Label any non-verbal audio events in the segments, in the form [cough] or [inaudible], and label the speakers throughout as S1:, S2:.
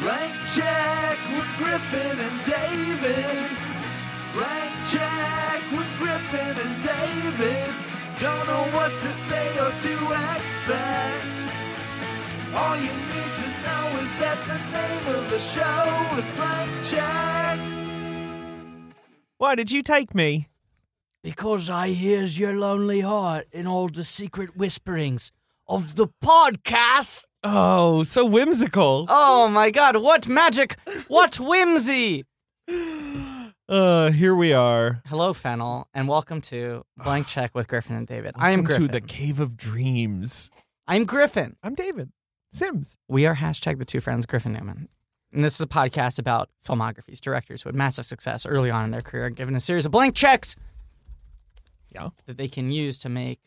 S1: Blank check with Griffin and David. Blank check with Griffin and David. Don't know what to say or to expect. All you need to know is that the name of the show is Blank Check.
S2: Why did you take me?
S3: Because I hears your lonely heart in all the secret whisperings of the podcast.
S2: Oh, so whimsical.
S3: Oh my god, what magic! What whimsy!
S2: Uh, here we are.
S3: Hello, Fennel, and welcome to [sighs] Blank Check with Griffin and David. I am
S2: Welcome
S3: Griffin.
S2: To the cave of dreams.
S3: I'm Griffin.
S2: I'm David Sims.
S3: We are hashtag the two friends Griffin Newman. And this is a podcast about filmographies, directors who had massive success early on in their career and given a series of blank checks
S2: Yeah.
S3: that they can use to make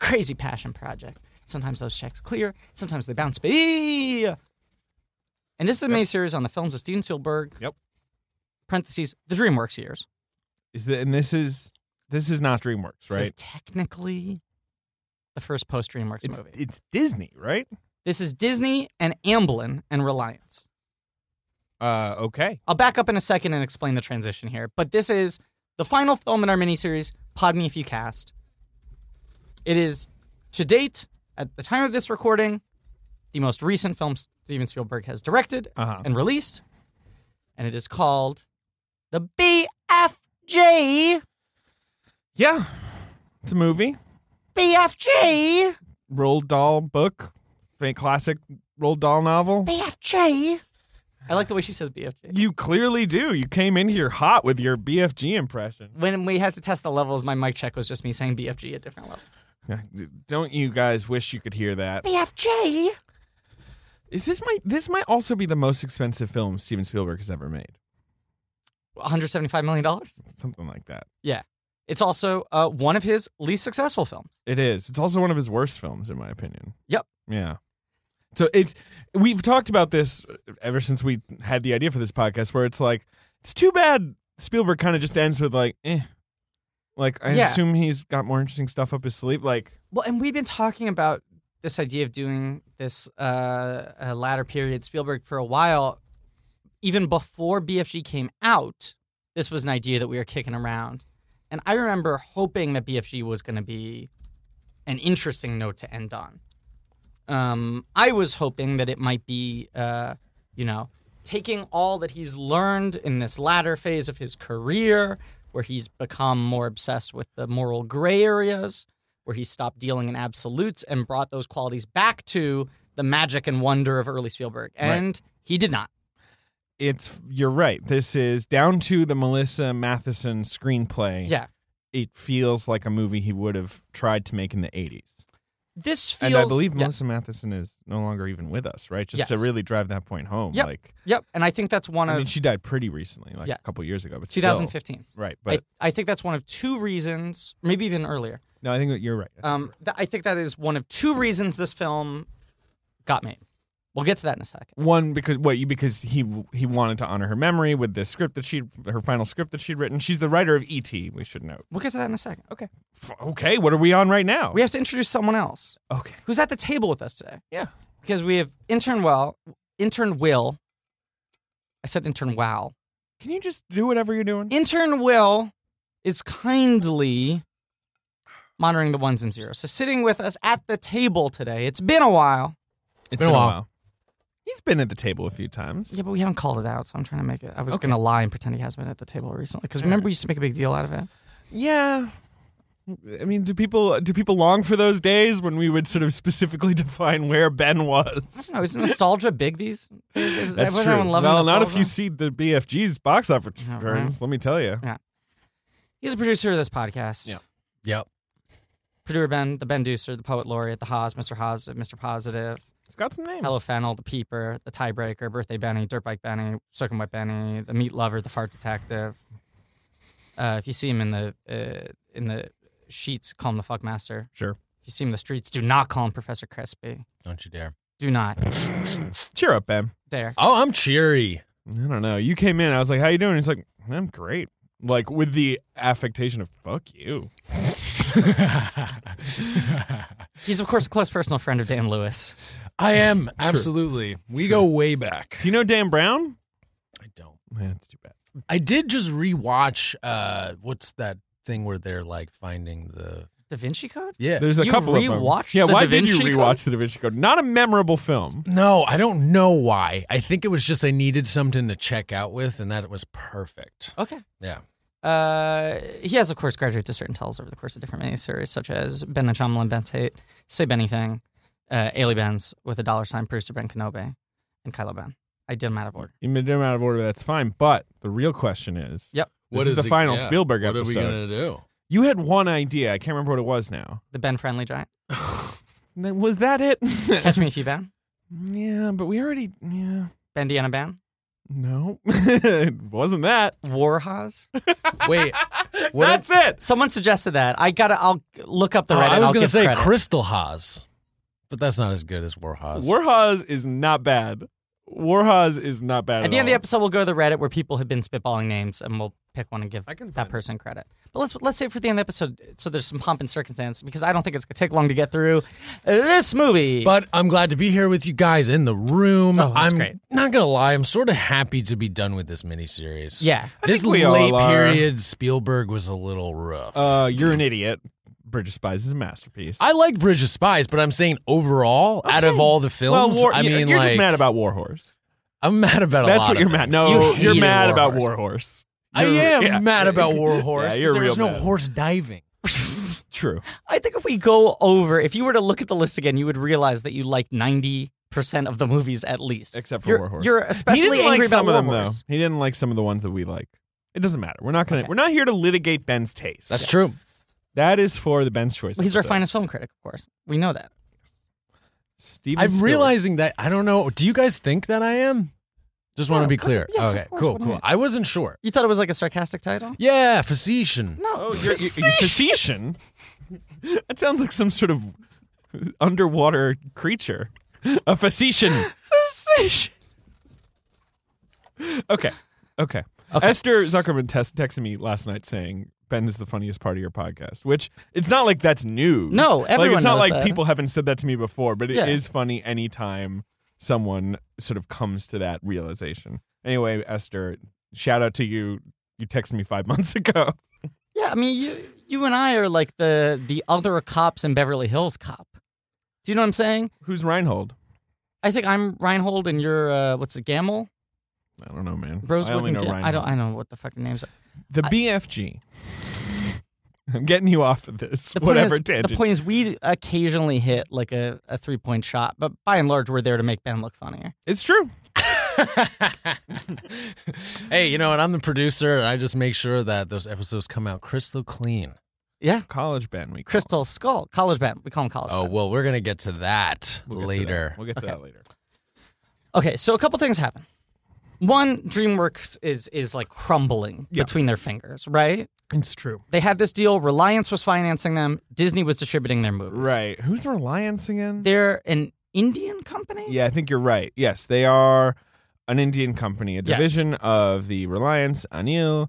S3: crazy passion projects. Sometimes those checks clear, sometimes they bounce. Be And this is a mini series on the films of Steven Spielberg.
S2: Yep.
S3: Parentheses, the DreamWorks years.
S2: Is that and this is this is not DreamWorks,
S3: This
S2: right?
S3: is technically the first post DreamWorks
S2: It's
S3: movie.
S2: it's Disney, right?
S3: this is Disney and Amblin and Reliance.
S2: Uh, okay.
S3: I'll back up in a second and explain the transition here. But this is the final film in our miniseries, Pod Me If You Cast. It is, to date, at the time of this recording, the most recent film Steven Spielberg has directed
S2: Uh-huh.
S3: and released. And it is called The BFG.
S2: Yeah, it's a movie.
S3: BFG.
S2: Roald Dahl book, a classic Roald Dahl novel.
S3: BFG. I like the way she says BFG.
S2: You clearly do. You came in here hot with your BFG impression.
S3: When we had to test the levels, my mic check was just me saying BFG at different levels.
S2: [laughs] Don't you guys wish you could hear that?
S3: BFG.
S2: Is this might this might also be the most expensive film Steven Spielberg has ever made?
S3: $175 million.
S2: Something like that.
S3: Yeah. It's also uh, one of his least successful films.
S2: It is. It's also one of his worst films, in my opinion.
S3: Yep.
S2: Yeah. So it's we've talked about this ever since we had the idea for this podcast, where it's like it's too bad Spielberg kind of just ends with like, eh. Like I
S3: Yeah.
S2: assume he's got more interesting stuff up his sleeve. Like
S3: Well, and we've been talking about this idea of doing this uh, uh, latter period Spielberg for a while. Even before BFG came out, this was an idea that we were kicking around. And I remember hoping that BFG was going to be an interesting note to end on. Um, I was hoping that it might be, uh, you know, taking all that he's learned in this latter phase of his career, where he's become more obsessed with the moral gray areas, where he stopped dealing in absolutes and brought those qualities back to the magic and wonder of early Spielberg. And he did not.
S2: it's you're right. This is down to the Melissa Matheson screenplay.
S3: Yeah.
S2: It feels like a movie he would have tried to make in the 80s.
S3: This feels.
S2: And I believe
S3: yeah.
S2: Melissa Matheson is no longer even with us, right? Just to
S3: Yes.
S2: really drive that point home.
S3: Yep.
S2: Like
S3: Yep. And I think that's one
S2: I
S3: of
S2: mean, she died pretty recently, like
S3: Yeah.
S2: a couple years ago, but still.
S3: 2015.
S2: right? But
S3: I, I think that's one of two reasons, maybe even earlier.
S2: no, I think that you're right.
S3: Um, th- I think that is one of two reasons this film got made. We'll get to that in a second.
S2: One because what you because he he wanted to honor her memory with this script that she her final script that she'd written. She's the writer of ET. We should note.
S3: We'll get to that in a second. Okay.
S2: F- Okay, what are we on right now?
S3: We have to introduce someone else
S2: okay,
S3: who's at the table with us today
S2: yeah,
S3: because we have intern well, intern Will. I said intern wow.
S2: can you just do whatever you're doing?
S3: Intern Will is kindly monitoring the ones and zeros. So sitting with us at the table today. It's been a while.
S2: It's
S4: been a while.
S2: He's been at the table a few times.
S3: Yeah, but we haven't called it out, so I'm trying to make it. I was
S2: Okay.
S3: going to lie and pretend he has been at the table recently because remember we used to make a big deal out of it.
S2: Yeah. I mean, do people do people long for those days when we would sort of specifically [laughs] define where Ben was?
S3: No, is Oh, nostalgia big these days? Is
S2: That's true.
S3: everyone
S2: Well,
S3: loving
S2: not if
S3: nostalgia?
S2: you see the BFG's box office
S3: Yeah, right.
S2: returns. Let me tell you.
S3: He's a producer of this podcast.
S2: Yeah.
S4: Yep.
S3: Producer Ben, the Ben Deucer, the Poet Laureate, the Haas, Mr. Haas, Mr. Positive,
S2: It's got some names.
S3: Hello Fennel, the Peeper, the Tiebreaker, Birthday Benny, Dirtbike Benny, Circumwet Benny, the Meat Lover, the Fart Detective. Uh, if you see him in the uh, in the sheets, call him the Fuck Master.
S2: Sure.
S3: If you see him in the streets, do not call him Professor Crispy.
S4: Don't you dare.
S3: Do not
S2: Cheer up, Ben.
S3: dare.
S4: Oh, I'm cheery.
S2: I don't know. You came in. I was like, "How you doing?" He's like, "I'm great." Like with the affectation of "fuck you."
S3: He's of course a close personal friend of Dan Lewis. [laughs]
S2: [laughs]
S4: I am absolutely. We go way back.
S2: Do you know Dan Brown?
S4: I don't.
S2: Yeah, that's too bad.
S4: I did just rewatch. Uh, what's that thing where they're like finding the?
S3: Da Vinci Code?
S4: Yeah.
S2: There's a
S3: You
S2: couple of them.
S3: rewatched
S2: Yeah,
S3: The
S2: why
S3: Da
S2: did you
S3: Vinci
S2: rewatch The Da Vinci Code? Not a memorable film.
S4: no, I don't know why. I think it was just I needed something to check out with, and that was perfect.
S3: Okay.
S4: Yeah.
S3: Uh, he has, of course, graduated to certain titles over the course of different miniseries, such as Ben and Shyamalan, Ben Tate, Say Anything, uh, Ailey Benz with a dollar sign, producer Ben Kenobe, and Kylo Ben. I did them out of order.
S2: You made them out of order. That's fine. But the real question is,
S3: Yep.
S2: This is the final Spielberg
S4: what
S2: episode.
S4: What are we gonna do?
S2: you had one idea. I can't remember what it was now.
S3: The Ben Friendly Giant.
S2: Then- Was that it?
S3: Catch Me If You Ban.
S2: [laughs] yeah, but we already. Yeah,
S3: Bandiana Ban.
S2: no, [laughs] it wasn't that.
S4: [laughs]
S3: Warhaz.
S4: Wait.
S2: [laughs]
S4: What
S2: That's it.
S3: Someone suggested that. I gotta, I'll look up the
S4: Oh,
S3: Reddit.
S4: I was
S3: will
S4: gonna
S3: give
S4: say
S3: credit.
S4: Crystal Haas, but that's not as good as War Haas.
S2: Warhaz is not bad. Warhaz is not bad.
S3: At the end of the episode, we'll go to the Reddit where people have been spitballing names, and we'll pick one and give
S2: can
S3: that person credit. But let's let's save it for the end of the episode, so there's some pomp and circumstance because I don't think it's gonna take long to get through this movie.
S4: But I'm glad to be here with you guys in the room.
S3: Oh, that's
S4: I'm
S3: great.
S4: not gonna lie, I'm sort of happy to be done with this miniseries.
S3: yeah,
S4: this
S2: think we
S4: late
S2: all are.
S4: period Spielberg was a little rough.
S2: Uh, you're an idiot. Bridge of Spies is a masterpiece.
S4: I like Bridge of Spies, but I'm saying overall, out of all the
S2: well,
S4: films,
S2: War,
S4: I mean,
S2: you're
S4: like,
S2: just mad about Warhorse.
S4: I'm mad about a
S2: That's
S4: lot.
S2: what
S4: of
S2: you're mad.
S4: things.
S2: No,
S4: You
S2: are
S4: hated
S2: mad about
S4: Horse.
S2: Warhorse.
S4: I
S2: You're- [laughs]
S4: am
S2: yeah.
S4: mad about War Horse.
S2: Yeah,
S4: 'cause
S2: you're
S4: there was
S2: real
S4: no
S2: mad.
S4: horse diving.
S2: True.
S3: I think if we go over, if you were to look at the list again, you would realize that you like ninety percent of the movies at least.
S2: Except for
S3: You're,
S2: Warhorse.
S3: you're especially
S2: he didn't
S3: angry
S2: like
S3: about
S2: some of them
S3: Warhorse.
S2: though. He didn't like some of the ones that we like. It doesn't matter. We're not gonna.
S3: Okay.
S2: We're not here to litigate Ben's taste.
S4: That's true.
S2: That is for the Ben's choice.
S3: He's our
S2: episode.
S3: finest film critic, of course. We know that.
S2: Steven
S4: I'm
S2: Spielberg.
S4: realizing that I don't know. Do you guys think that I am? Just want
S3: Yeah,
S4: to be
S3: of
S4: clear.
S3: course. Yes, of
S4: okay,
S3: course.
S4: cool,
S3: What do
S4: cool.
S3: you-
S4: I wasn't sure.
S3: You thought it was like a sarcastic title?
S4: Yeah, facetious.
S3: No.
S2: Oh, you're, you you're
S3: [laughs]
S2: facetious. [laughs] that sounds like some sort of underwater creature. A facetian. Okay. Okay. Esther Zuckerman tes- texted me last night saying Ben is the funniest part of your podcast, which it's not like that's news.
S3: No,
S2: like,
S3: everyone
S2: it's not
S3: knows
S2: like
S3: that.
S2: people haven't said that to me before, but it is
S3: Yeah.
S2: funny anytime someone sort of comes to that realization. Anyway, Esther, shout out to you. You texted me five [laughs] months ago.
S3: Yeah, I mean, you you and I are like the the other cops in Beverly Hills Cop. Do you know what I'm saying?
S2: Who's Reinhold?
S3: I think I'm Reinhold and you're uh, what's it, Gamel?
S2: I don't know, man.
S3: Rosewood
S2: I only
S3: and
S2: know
S3: Ga-
S2: Reinhold.
S3: I don't. I don't know what the fucking names are.
S2: the BFG. [laughs] I'm getting you off of this,
S3: The point
S2: whatever
S3: is,
S2: tangent.
S3: The point is, we occasionally hit like a, a three point shot, but by and large, we're there to make Ben look funnier.
S2: it's true.
S4: hey, you know what? I'm the producer, and I just make sure that those episodes come out crystal clean.
S3: Yeah,
S2: College Ben, we call it.
S3: Crystal Skull, College Ben. We call him College.
S4: Oh
S3: Ben.
S4: well, we're gonna get to that
S2: We'll get to that.
S4: later.
S2: We'll get to
S3: Okay.
S2: that later. Oh.
S3: Okay, so a couple things happen. One, DreamWorks is is like crumbling
S2: Yeah.
S3: between their fingers, right?
S2: It's true.
S3: They had this deal. Reliance was financing them. Disney was distributing their movies.
S2: Right. Who's Reliance again?
S3: They're an Indian company.
S2: yeah, I think you're right. Yes, they are an Indian company, a
S3: Yes.
S2: division of the Reliance Anil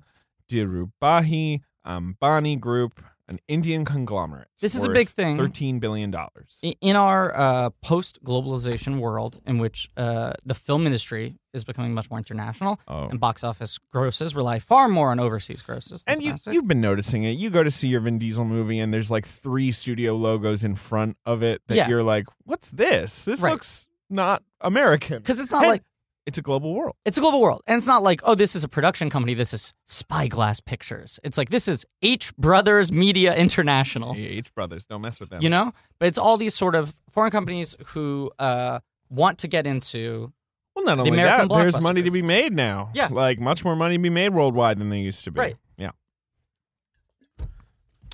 S2: Dirubahi Ambani Group, an Indian conglomerate.
S3: This is a
S2: worth
S3: big thing.
S2: $13 billion. dollars.
S3: I- In our uh, post globalization world, in which uh, the film industry is becoming much more international
S2: Oh.
S3: and box office grosses rely far more on overseas grosses. Than
S2: And you,
S3: domestic.
S2: you've been noticing it. You go to see your Vin Diesel movie, and there's like three studio logos in front of it that
S3: Yeah.
S2: you're like, what's this? This
S3: Right.
S2: looks not American.
S3: 'Cause it's not
S2: And
S3: like-
S2: it's a global world.
S3: it's a global world. And it's not like, oh, this is a production company. This is Spyglass Pictures. It's like, this is H Brothers Media International,
S2: E H Brothers, don't mess with them.
S3: you know? But it's all these sort of foreign companies who uh, want to get into
S2: Well, not only
S3: American
S2: that, there's
S3: blockbuster
S2: money to be
S3: business.
S2: made now.
S3: Yeah.
S2: like much more money to be made worldwide than there used to be.
S3: Right.
S2: Yeah.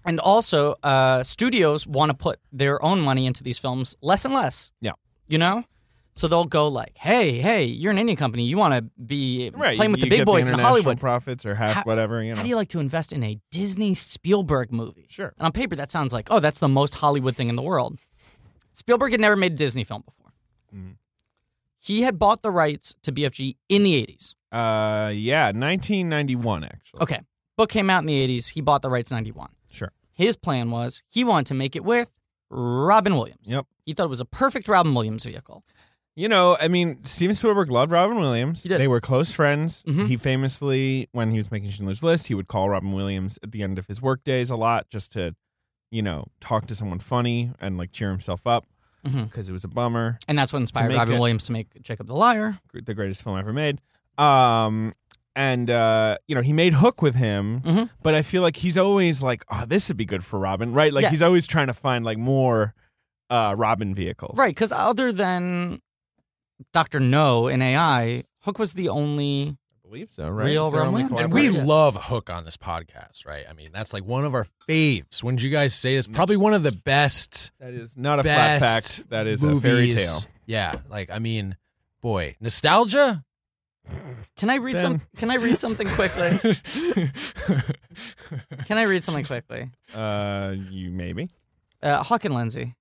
S3: and also uh, studios want to put their own money into these films less and less.
S2: Yeah.
S3: you know, so they'll go like, "Hey, hey, you're an indie company. You want to be
S2: Right. you-
S3: playing with
S2: you
S3: the big
S2: get
S3: boys in
S2: international
S3: Hollywood.
S2: profits or half
S3: How-
S2: whatever. You know.
S3: How do you like to invest in a Disney Spielberg movie?"
S2: Sure.
S3: And on paper, that sounds like, "Oh, that's the most Hollywood thing in the world." Spielberg had never made a Disney film before.
S2: Mm-hmm.
S3: He had bought the rights to BFG in the 80s.
S2: uh, yeah, 1991 actually.
S3: Okay. Book came out in the 80s. He bought the rights in 91.
S2: Sure.
S3: His plan was he wanted to make it with Robin Williams.
S2: Yep.
S3: He thought it was a perfect Robin Williams vehicle.
S2: You know, I mean, Steven Spielberg loved Robin Williams.
S3: He did.
S2: They were close friends.
S3: Mhm.
S2: He famously, when he was making Schindler's List, he would call Robin Williams at the end of his work days a lot just to, you know, talk to someone funny and like cheer himself up
S3: Mhm.
S2: because it was a bummer.
S3: And that's what inspired
S2: make
S3: Robin
S2: it-
S3: Williams to make Jacob the Liar.
S2: gr- the greatest film ever made. Um, and uh, you know, he made Hook with him,
S3: Mhm.
S2: but I feel like he's always like, oh, this would be good for Robin, right? Like
S3: Yeah.
S2: he's always trying to find like more uh, Robin vehicles,
S3: Right, because other than Dr. No in AI, Hook was the only.
S2: I believe so, right?
S3: Real
S2: It's their only
S3: Robin?
S4: And
S2: collaboration.
S4: we
S3: Yeah.
S4: love Hook on this podcast, right? I mean, that's like one of our faves. Wouldn't you guys say it's probably one of the best,
S2: that is not Mm. a flat
S4: best
S2: fact. That is
S4: movies.
S2: a fairy tale.
S4: Yeah, like I mean, boy, nostalgia.
S3: Can I read some?
S2: Ben.
S3: Can I read something quickly?
S2: [laughs]
S3: can I read something quickly?
S2: uh, you maybe?
S3: Uh, Huck and Lindsay,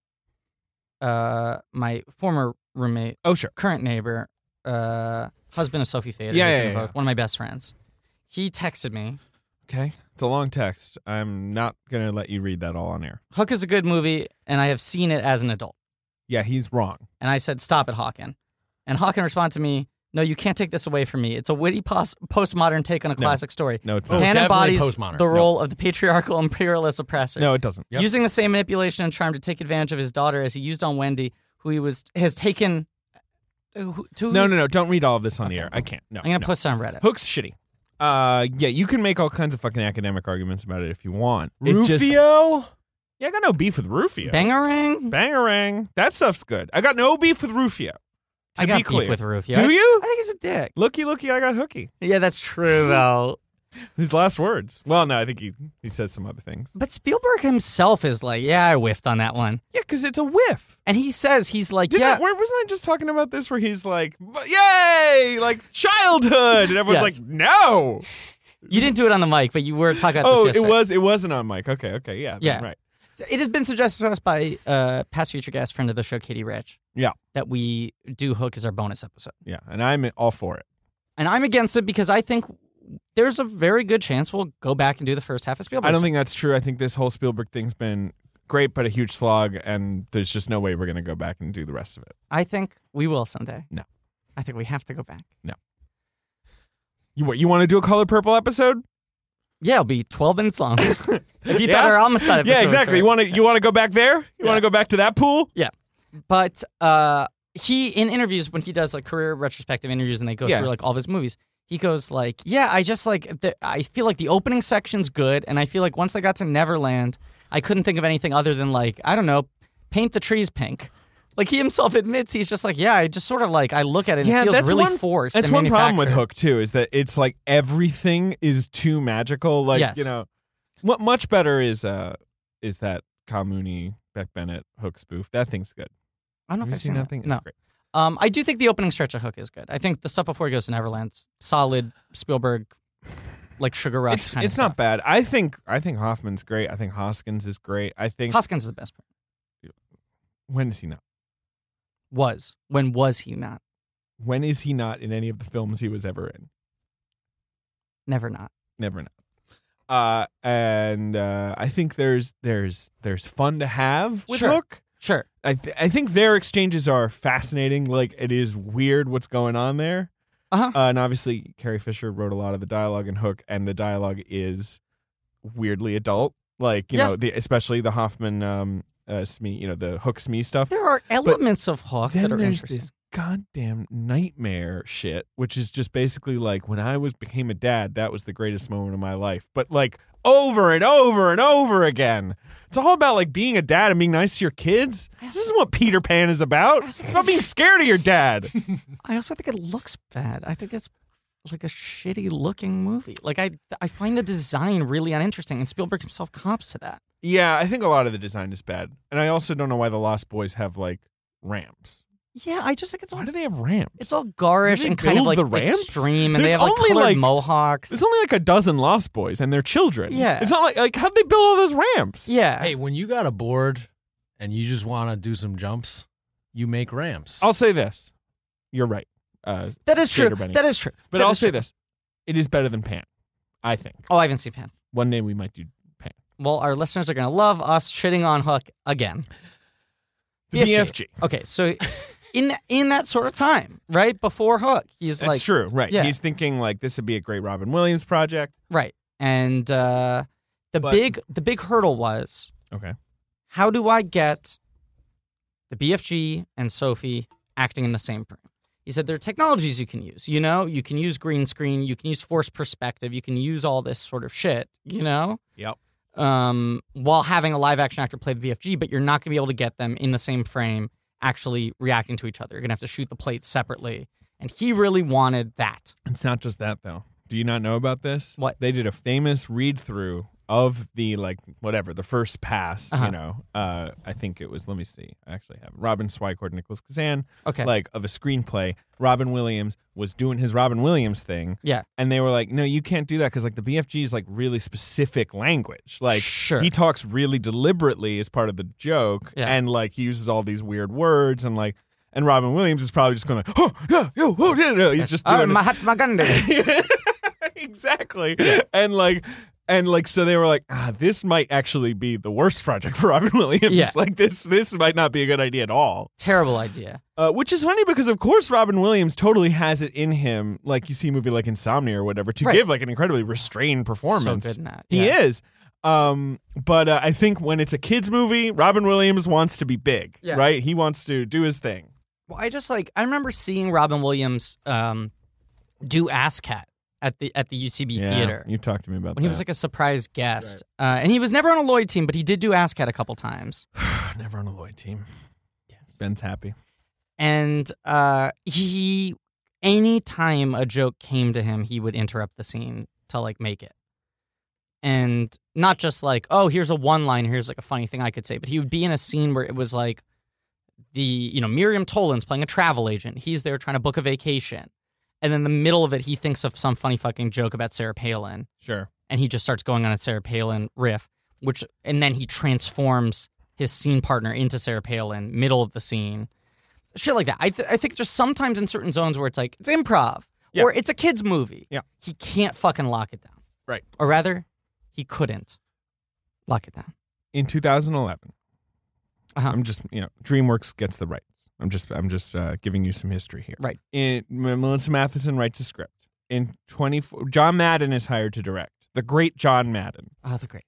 S3: uh, my former roommate,
S2: Oh, sure.
S3: current neighbor, uh, husband of Sophie
S2: Yeah,
S3: Fader, who's
S2: yeah,
S3: been
S2: yeah,
S3: invoked, one of my best friends. He texted me.
S2: Okay, it's a long text. I'm not gonna let you read that all on air.
S3: Hook is a good movie, and I have seen it as an adult.
S2: Yeah, he's wrong.
S3: And I said, Stop it, Hawken. And Hawken responded to me, No, you can't take this away from me. It's a witty pos- postmodern take on a classic story.
S2: No, it's
S4: Oh,
S2: not.
S3: Pan
S4: definitely
S3: embodies
S4: postmodern.
S3: the
S4: No.
S3: role of the patriarchal imperialist oppressor.
S2: No, it doesn't.
S4: Yep.
S3: Using the same manipulation and charm to take advantage of his daughter as he used on Wendy, who he was has taken. uh, Who, to
S2: No, no, no. Don't read all of this on the air. I can't. No,
S3: I'm going to
S2: no.
S3: post it on Reddit.
S2: Hook's shitty. Uh, yeah, you can make all kinds of fucking academic arguments about it if you want. It just-
S4: Rufio.
S2: yeah, I got no beef with Rufio.
S3: Bangarang?
S2: Bangarang. That stuff's good. I got no beef with Rufio. To
S3: I got
S2: be clear.
S3: beef with Rufio.
S2: Do you?
S3: I think he's a dick.
S2: Looky, looky, I got hooky.
S3: Yeah, that's
S2: [laughs]
S3: true, though.
S2: His last words. Well, no, I think he, he says some other things.
S3: But Spielberg himself is like, yeah, I whiffed on that one.
S2: Yeah, because it's a whiff.
S3: And he says, he's like,
S2: Didn't
S3: yeah.
S2: I, where- wasn't I just talking about this where he's like, yay, like childhood? And [laughs] everyone's
S3: Yes.
S2: like, no.
S3: You didn't do it on the mic, but you were talking about
S2: Oh,
S3: this
S2: it
S3: yesterday.
S2: was it wasn't on mic. Okay, okay, yeah, then,
S3: Yeah.
S2: right.
S3: So It has been suggested to us by uh, past future guest friend of the show, Katie Rich.
S2: Yeah.
S3: That we do Hook as our bonus episode.
S2: Yeah, and I'm all for it.
S3: And I'm against it because I think there's a very good chance we'll go back and do the first half of Spielberg.
S2: I don't think that's true. I think this whole Spielberg thing's been great, but a huge slog, and there's just no way we're going to go back and do the rest of it.
S3: I think we will someday.
S2: No.
S3: I think we have to go back.
S2: You what? You want to do a color purple episode?
S3: Yeah, it'll be 12
S2: [laughs]
S3: minutes long. if you
S2: Yeah?
S3: thought our Amistad episode
S2: yeah,
S3: was
S2: exactly.
S3: great.
S2: You want to you want to go back there? You want to go back to that pool?
S3: But uh, he in interviews when he does like career retrospective interviews and they go
S2: Yeah.
S3: through like all of his movies, he goes like, "Yeah, I just like the, I feel like the opening section's good, and I feel like once I got to Neverland, I couldn't think of anything other than like I don't know, paint the trees pink." Like he himself admits, he's just like, "Yeah, I just sort of like I look at it and it feels really forced."
S2: That's
S3: and
S2: one problem with
S3: manufactured."
S2: Hook too is that it's like everything is too magical. Like
S3: Yes.
S2: you know, what much better is uh is that Kamuni Beck Bennett Hook spoof? That thing's good.
S3: I don't know
S2: Have
S3: if
S2: you
S3: I've
S2: seen that thing?
S3: No,
S2: It's great.
S3: um, I do think the opening stretch of Hook is good. I think the stuff before he goes to Neverland's solid Spielberg, like Sugar Rush
S2: It's,
S3: kind
S2: it's
S3: of
S2: not bad. I think I think Hoffman's great. I think Hoskins is great. I think
S3: Hoskins is the best. part.
S2: when is he not?
S3: Was when was he not?
S2: when is he not in any of the films he was ever in?
S3: Never not.
S2: Never not. Uh, and uh, I think there's there's there's fun to have with
S3: Sure.
S2: Hook.
S3: Sure.
S2: I th- I think their exchanges are fascinating. Like it is weird what's going on there.
S3: Uh-huh.
S2: Uh, and obviously Carrie Fisher wrote a lot of the dialogue in Hook, and the dialogue is weirdly adult. Like you
S3: Yeah.
S2: know, the, especially the Hoffman um uh, Smee, you know, the Hook Smee stuff.
S3: There are elements of Hawk
S2: then
S3: that are
S2: there's
S3: interesting.
S2: this goddamn nightmare shit, which is just basically like when I was became a dad, that was the greatest moment of my life. But like over and over and over again, it's all about like being a dad and being nice to your kids. This is what Peter Pan is about. It's about
S3: [laughs]
S2: being scared of your dad.
S3: I also think it looks bad. I think it's like a shitty looking movie. Like I I find the design really uninteresting and Spielberg himself comps to that.
S2: yeah, I think a lot of the design is bad, and I also don't know why the Lost Boys have like ramps.
S3: Yeah, I just think it's all
S2: Why do they have ramps?
S3: it's all garish
S2: Did they
S3: and kind of
S2: build
S3: like
S2: the ramps?
S3: extreme and
S2: There's
S3: they have like
S2: only,
S3: colored
S2: like-
S3: mohawks.
S2: There's only like a dozen Lost Boys and their children.
S3: Yeah.
S2: it's not like like how did they build all those ramps?
S3: yeah.
S4: Hey, when you got a board and you just want to do some jumps, you make ramps.
S2: I'll say this. You're right. Uh,
S3: that is true.
S2: Skater Bunny.
S3: That is true.
S2: but
S3: That
S2: I'll
S3: is
S2: say
S3: true.
S2: this. It is better than Pan, I think.
S3: Oh, I haven't seen Pan.
S2: One day we might do Pan.
S3: Well, our listeners are going to love us shitting on Hook again.
S2: The BFG.
S3: Okay, [laughs] so in th- in that sort of time, right before Hook, he's
S2: That's
S3: like
S2: true, right?
S3: yeah.
S2: He's thinking like this would be a great Robin Williams project.
S3: right, and uh, the
S4: But-
S3: big the big hurdle was
S2: Okay,
S3: how do I get the BFG and Sophie acting in the same frame? He said there are technologies you can use. You know, you can use green screen, you can use forced perspective, you can use all this sort of shit. You know,
S2: yep.
S3: um, while having a live action actor play the BFG, but you're not going to be able to get them in the same frame actually reacting to each other. You're going to have to shoot the plates separately. And he really wanted that.
S2: It's not just that though. Do you not know about this?
S3: What?
S2: they did a famous read through of the like whatever the first pass.
S3: Uh-huh.
S2: You know, uh, I think it was. Let me see. I actually have it. Robin Swicord, Nicholas Kazan.
S3: Okay.
S2: like of a screenplay. Robin Williams was doing his Robin Williams thing.
S3: Yeah.
S2: And they were like, no, you can't do that because like the BFG is like really specific language. Like
S3: Sure.
S2: he talks really deliberately as part of the joke
S3: Yeah.
S2: and like he uses all these weird words and like and Robin Williams is probably just going like, oh, yeah, yo, oh, yeah, yeah." He's just
S3: Oh,
S2: doing it.
S3: Mahatma Gandhi.
S2: [laughs] exactly. And like and like so they were like, ah, this might actually be the worst project for Robin Williams.
S3: Yeah.
S2: [laughs] Like this this might not be a good idea at all.
S3: Terrible idea.
S2: Uh, which is funny because, of course, Robin Williams totally has it in him. Like you see a movie like Insomnia or whatever to
S3: Right.
S2: give like an incredibly restrained performance.
S3: So good in that.
S2: He
S3: yeah.
S2: is. Um, but uh, I think when it's a kids movie, Robin Williams wants to be big,
S3: Yeah.
S2: right? He wants to do his thing.
S3: Well, I just like I remember seeing Robin Williams um, do Ass Cat at the at the UCB theater.
S2: you talked to me about
S3: When he was like a surprise guest, uh, and he was never on a Lloyd team, but he did do Ass Cat a couple times.
S2: like never on a Lloyd team. Ben's happy.
S3: and uh he any time a joke came to him he would interrupt the scene to like make it and not just like oh here's a one line here's like a funny thing i could say but he would be in a scene where it was like the you know miriam tolan's playing a travel agent he's there trying to book a vacation and then the middle of it he thinks of some funny fucking joke about sarah palin
S2: Sure.
S3: and he just starts going on a Sarah Palin riff, which and then he transforms his scene partner into Sarah Palin middle of the scene, shit like that. I th- I think just sometimes in certain zones where it's like it's improv
S2: Yeah.
S3: or it's a kids movie,
S2: Yeah.
S3: he can't fucking lock it down,
S2: Right.
S3: Or rather, he couldn't lock it down.
S2: In 2011,
S3: Uh-huh.
S2: I'm just you know DreamWorks gets the rights. I'm just I'm just uh, giving you some history here.
S3: Right.
S2: In, Melissa Matheson writes a script. In 24, John Madden is hired to direct. The great John
S3: [laughs]
S2: Madden,
S3: Oh, that's great.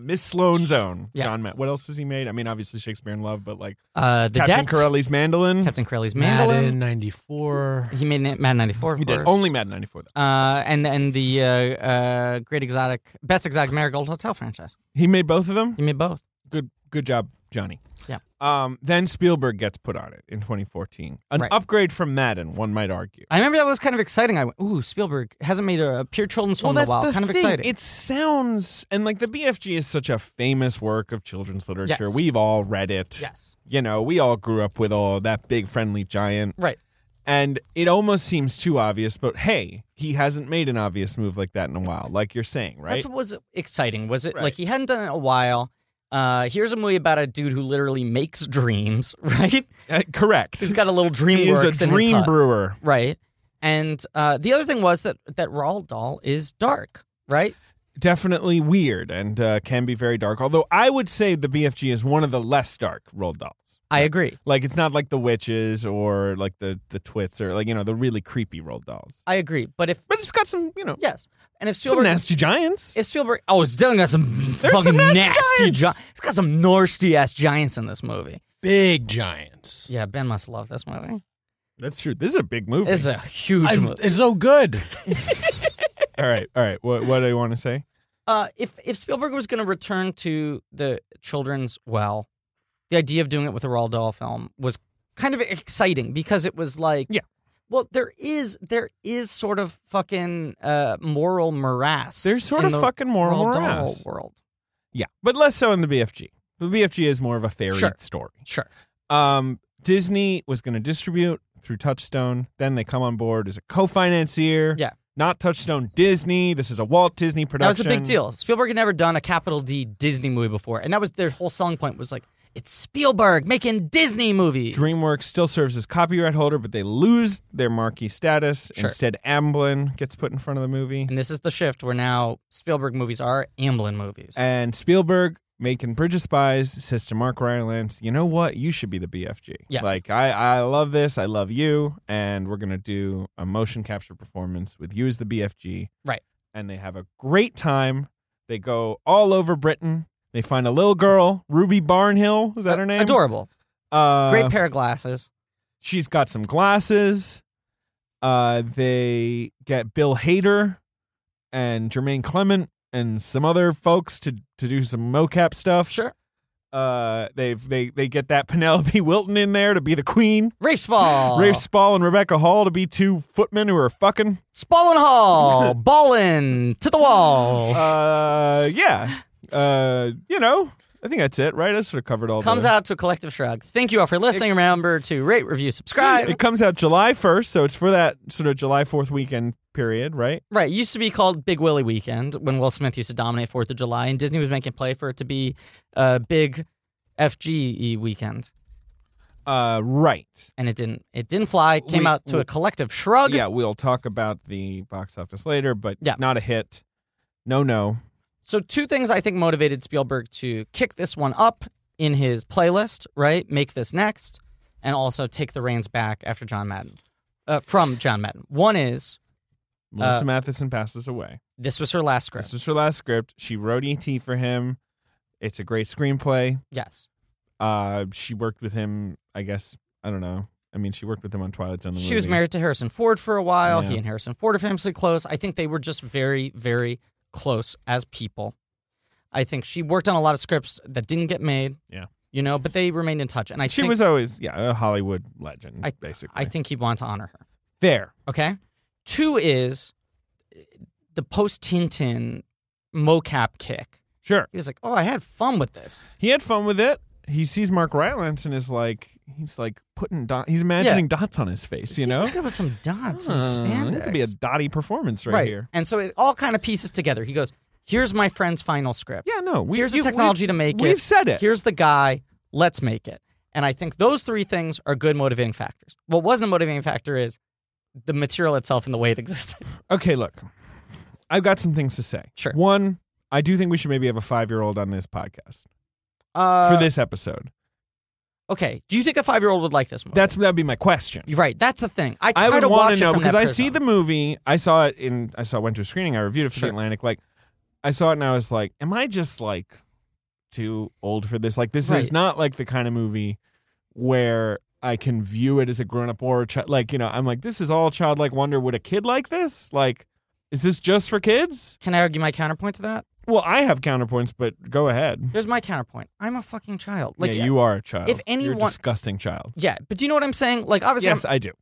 S2: Miss Sloane's own
S3: Yeah.
S2: John Madden. What else has he made? I mean, obviously Shakespeare in Love, but like
S3: Uh, the
S2: Captain
S3: debt.
S2: Corelli's Mandolin.
S3: Captain Corelli's
S4: Madden
S3: mandolin.
S4: '94.
S3: He made it Mad ninety four.
S2: he did only Madden '94 though.
S3: Uh, and and the uh, uh, great exotic, best exotic marigold hotel franchise.
S2: He made both of them.
S3: He made both.
S2: Good, good job, Johnny.
S3: Yeah.
S2: Um, then Spielberg gets put on it in 2014. An
S3: Right.
S2: upgrade from Madden, one might argue.
S3: I remember that was kind of exciting. I went, ooh, Spielberg hasn't made a pure children's film in a while. Kind of exciting.
S2: It sounds and like the BFG is such a famous work of children's literature.
S3: Yes.
S2: We've all read it.
S3: yes.
S2: You know, we all grew up with all that big friendly giant.
S3: Right.
S2: And it almost seems too obvious, but hey, he hasn't made an obvious move like that in a while, like you're saying, right?
S3: That's what was exciting. Was it
S2: Right.
S3: like he hadn't done it in a while? Uh, here's a movie about a dude who literally makes dreams, [laughs] right?
S2: Uh, correct.
S3: He's got a little dream
S2: he
S3: works
S2: is a
S3: in his
S2: dream
S3: hut,
S2: brewer.
S3: right? And uh, the other thing was that that Roald Dahl is dark, right?
S2: Definitely weird and uh, can be very dark. Although I would say the BFG is one of the less dark Roald Dahls.
S3: I agree.
S2: Like it's not like the witches or like the the twits or like you know the really creepy Roald Dahls.
S3: I agree. But if
S2: But it's got some, you know,
S3: yes, and if
S2: some
S3: Spielberg
S2: nasty giants.
S3: It's Spielberg. Oh, it's still got some fucking
S2: some nasty
S3: nasty
S2: giants.
S3: gi- It's got some nasty ass giants in this movie.
S4: Big giants.
S3: Yeah, Ben must love this movie.
S2: That's true. This is a big movie.
S3: It's a huge
S4: I-
S3: movie.
S4: it's so good.
S2: all right, all right. What what do you want to say?
S3: Uh, if if Spielberg was going to return to the children's well, the idea of doing it with a Roald Dahl film was kind of exciting because it was like,
S2: Yeah.
S3: well, there is there is sort of fucking uh, moral morass.
S2: There's sort
S3: in
S2: of
S3: the
S2: fucking moral
S3: Roald
S2: morass.
S3: Dahl world.
S2: Yeah, but less so in the BFG. The BFG is more of a fairy
S3: Sure.
S2: story.
S3: Sure.
S2: Um, Disney was going to distribute through Touchstone. Then they come on board as a co-financier.
S3: Yeah.
S2: Not Touchstone Disney. This is a Walt Disney production.
S3: That was a big deal. Spielberg had never done a capital D Disney movie before, and that was their whole selling point was like, it's Spielberg making Disney movies.
S2: DreamWorks still serves as copyright holder, but they lose their marquee status.
S3: Sure.
S2: Instead, Amblin gets put in front of the movie.
S3: And this is the shift where now Spielberg movies are Amblin movies.
S2: and Spielberg making Bridge of Spies says to Mark Rylance, you know what? You should be the BFG.
S3: Yeah.
S2: Like, I, I love this. I love you. And we're going to do a motion capture performance with you as the BFG.
S3: Right.
S2: And they have a great time. They go all over Britain. They find a little girl, Ruby Barnhill. Is that her name?
S3: Adorable.
S2: Uh,
S3: Great pair of glasses.
S2: She's got some glasses. Uh, they get Bill Hader and Jermaine Clement and some other folks to to do some mocap stuff.
S3: Sure.
S2: Uh, they they they get that [laughs] Penelope Wilton in there to be the queen.
S3: Rafe Spall.
S2: Rafe Spall and Rebecca Hall to be two footmen who are
S3: [laughs]
S2: fucking.
S3: Spall
S2: [laughs]
S3: and Hall. Ballin to the wall.
S2: Uh, yeah. Uh, you know, I think that's it, right? I sort of covered all.
S3: Comes
S2: the-
S3: out to a collective shrug. Thank you all for listening. Remember to rate, review, subscribe.
S2: It comes out July first, so it's for that sort of July Fourth weekend period, right?
S3: Right. It used to be called Big Willie Weekend when Will Smith used to dominate Fourth of July, and Disney was making play for it to be a big FGE weekend,
S2: Uh, right.
S3: and it didn't. It didn't fly. Came
S2: We-
S3: out to a collective shrug.
S2: Yeah, we'll talk about the box office later, but
S3: Yeah.
S2: not a hit. No, no.
S3: So two things I think motivated Spielberg to kick this one up in his playlist. Right. Make this next, and also take the reins back after John Madden, uh, from John Madden. One is
S2: Melissa
S3: Uh,
S2: Matheson passes away.
S3: this was her last script.
S2: This is her last script. She wrote E.T. for him. It's a great screenplay.
S3: yes.
S2: Uh, she worked with him, I guess. I don't know. I mean, she worked with him on Twilight Zone. The
S3: She was
S2: movie.
S3: married to Harrison Ford for a while.
S2: Yeah.
S3: He and Harrison Ford are famously close. I think they were just very, very close as people. I think she worked on a lot of scripts that didn't get made.
S2: Yeah.
S3: You know, but they remained in touch. And I
S2: She
S3: think
S2: was always, yeah, a Hollywood legend, basically.
S3: I think he wanted to honor her.
S2: Fair.
S3: Okay. Two is the post Tintin mocap kick.
S2: Sure.
S3: He was like, Oh, I had fun with this.
S2: He had fun with it. He sees Mark Rylance and is like, he's like putting dot. He's imagining dots on his face, you know?
S3: There was some dots
S2: Uh,
S3: and spandex.
S2: it could be a dotty performance right, here.
S3: And so it all kind of pieces together. He goes, Here's my friend's final script.
S2: Yeah, no. We,
S3: here's the
S2: you-
S3: technology
S2: we've-
S3: to make it.
S2: We've said it.
S3: Here's the guy. Let's make it. And I think those three things are good motivating factors. What wasn't a motivating factor is the material itself and the way
S2: [laughs]
S3: it existed.
S2: okay, look, I've got some things to say.
S3: Sure.
S2: One, I do think we should maybe have a five-year-old on this podcast
S3: Uh,
S2: for this episode.
S3: Okay. Do you think a five year old would like this movie?
S2: That's that'd be my question.
S3: You're right. That's the thing. I try
S2: I would
S3: to
S2: want
S3: watch
S2: to know
S3: it from
S2: because
S3: that
S2: I see the
S3: prism.
S2: movie. I saw it in. I saw it went to a screening. I reviewed it for
S3: Sure.
S2: the Atlantic. Like, I saw it and I was like, "Am I just like too old for this? Like, this
S3: Right.
S2: is not like the kind of movie where I can view it as a grown up or a child. Like, you know, I'm like, this is all childlike wonder. Would a kid like this? Like, is this just for kids?
S3: Can I argue my counterpoint to that?
S2: Well, I have counterpoints, but go ahead.
S3: Here's my counterpoint. I'm a fucking child. Like
S2: yeah, you are a child.
S3: if
S2: You're
S3: anyone-
S2: a disgusting child.
S3: Yeah, but do you know what I'm saying? Like obviously I'm-
S2: yes, I do.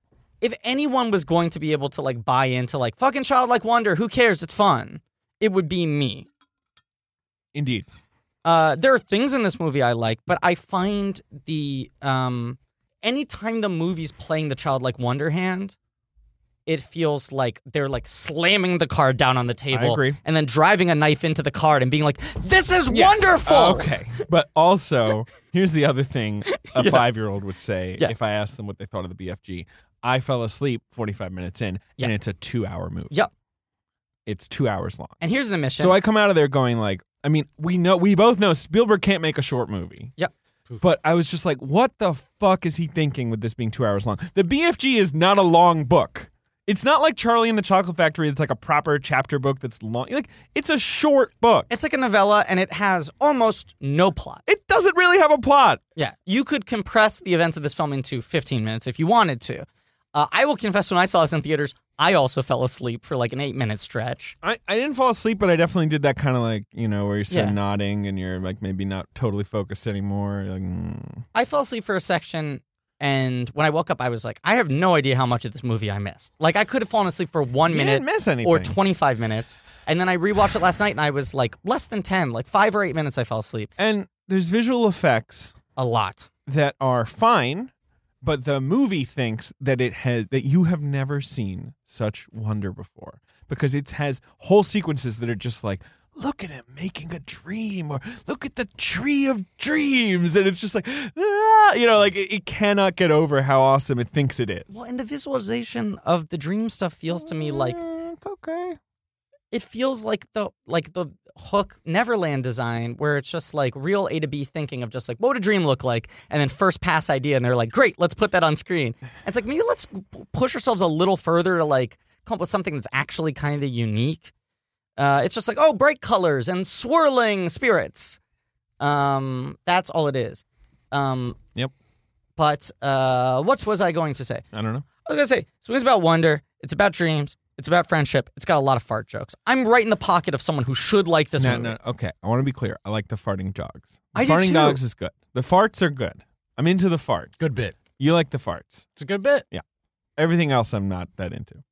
S3: if anyone was going to be able to like buy into like fucking childlike wonder, who cares? It's fun. It would be me.
S2: Indeed.
S3: Uh, there are things in this movie I like, but I find the um, anytime the movie's playing the childlike wonder hand, it feels like they're like slamming the card down on the table
S2: agree.
S3: and then driving a knife into the card and being like, "This is
S2: Yes.
S3: wonderful."
S2: Okay. But also, here's the other thing
S3: [laughs]
S2: a five year old would say
S3: Yeah.
S2: if I asked them what they thought of the BFG. I fell asleep 45 minutes in,
S3: Yeah.
S2: and it's a two hour movie.
S3: Yep.
S2: It's two hours long.
S3: And here's an admission.
S2: So I come out of there going like, I mean, we know we both know Spielberg can't make a short movie.
S3: Yep.
S2: But I was just like, what the fuck is he thinking with this being two hours long? The BFG is not a long book. It's not like Charlie and the Chocolate Factory. It's like a proper chapter book that's long. Like it's a short book.
S3: it's like a novella, and it has almost no plot.
S2: It doesn't really have a plot.
S3: Yeah, you could compress the events of this film into 15 minutes if you wanted to. Uh, I will confess, when I saw this in theaters, I also fell asleep for like an eight minute stretch.
S2: I, I didn't fall asleep, but I definitely did that kind of like you know where you're sort
S3: Yeah.
S2: of nodding and you're like maybe not totally focused anymore. You're like, mm.
S3: I fell asleep for a section, and when I woke up, I was like, I have no idea how much of this movie I missed. Like, I could have fallen asleep for one
S2: You
S3: minute
S2: didn't miss anything.
S3: or 25 minutes. And then I rewatched it last night, and I was like, less than 10, like five or eight minutes, I fell asleep.
S2: and there's visual effects
S3: A lot.
S2: that are fine, but the movie thinks that it has that you have never seen such wonder before because it has whole sequences that are just like look at him making a dream or look at the tree of dreams and it's just like ah, you know like it, it cannot get over how awesome it thinks it is.
S3: Well, and the visualization of the dream stuff feels to me like
S2: Mm, it's okay.
S3: it feels like the like the hook Neverland design where it's just like real A to B thinking of just like what would a dream look like and then first pass idea and they're like great let's put that on screen. And it's like maybe let's p- push ourselves a little further to like come up with something that's actually kind of unique. Uh, it's just like oh bright colors and swirling spirits. Um, that's all it is. Um,
S2: Yep.
S3: But uh, what was I going to say?
S2: I don't know.
S3: I was gonna say, this movie's about wonder. It's about dreams. It's about friendship. It's got a lot of fart jokes. I'm right in the pocket of someone who should like this
S2: No,
S3: movie.
S2: no. Okay, I want to be clear. I like the farting dogs. The
S3: I do
S2: farting
S3: too.
S2: dogs is good. The farts are good. I'm into the farts.
S4: Good bit.
S2: You like the farts.
S4: It's a good bit.
S2: Everything else, I'm not that into.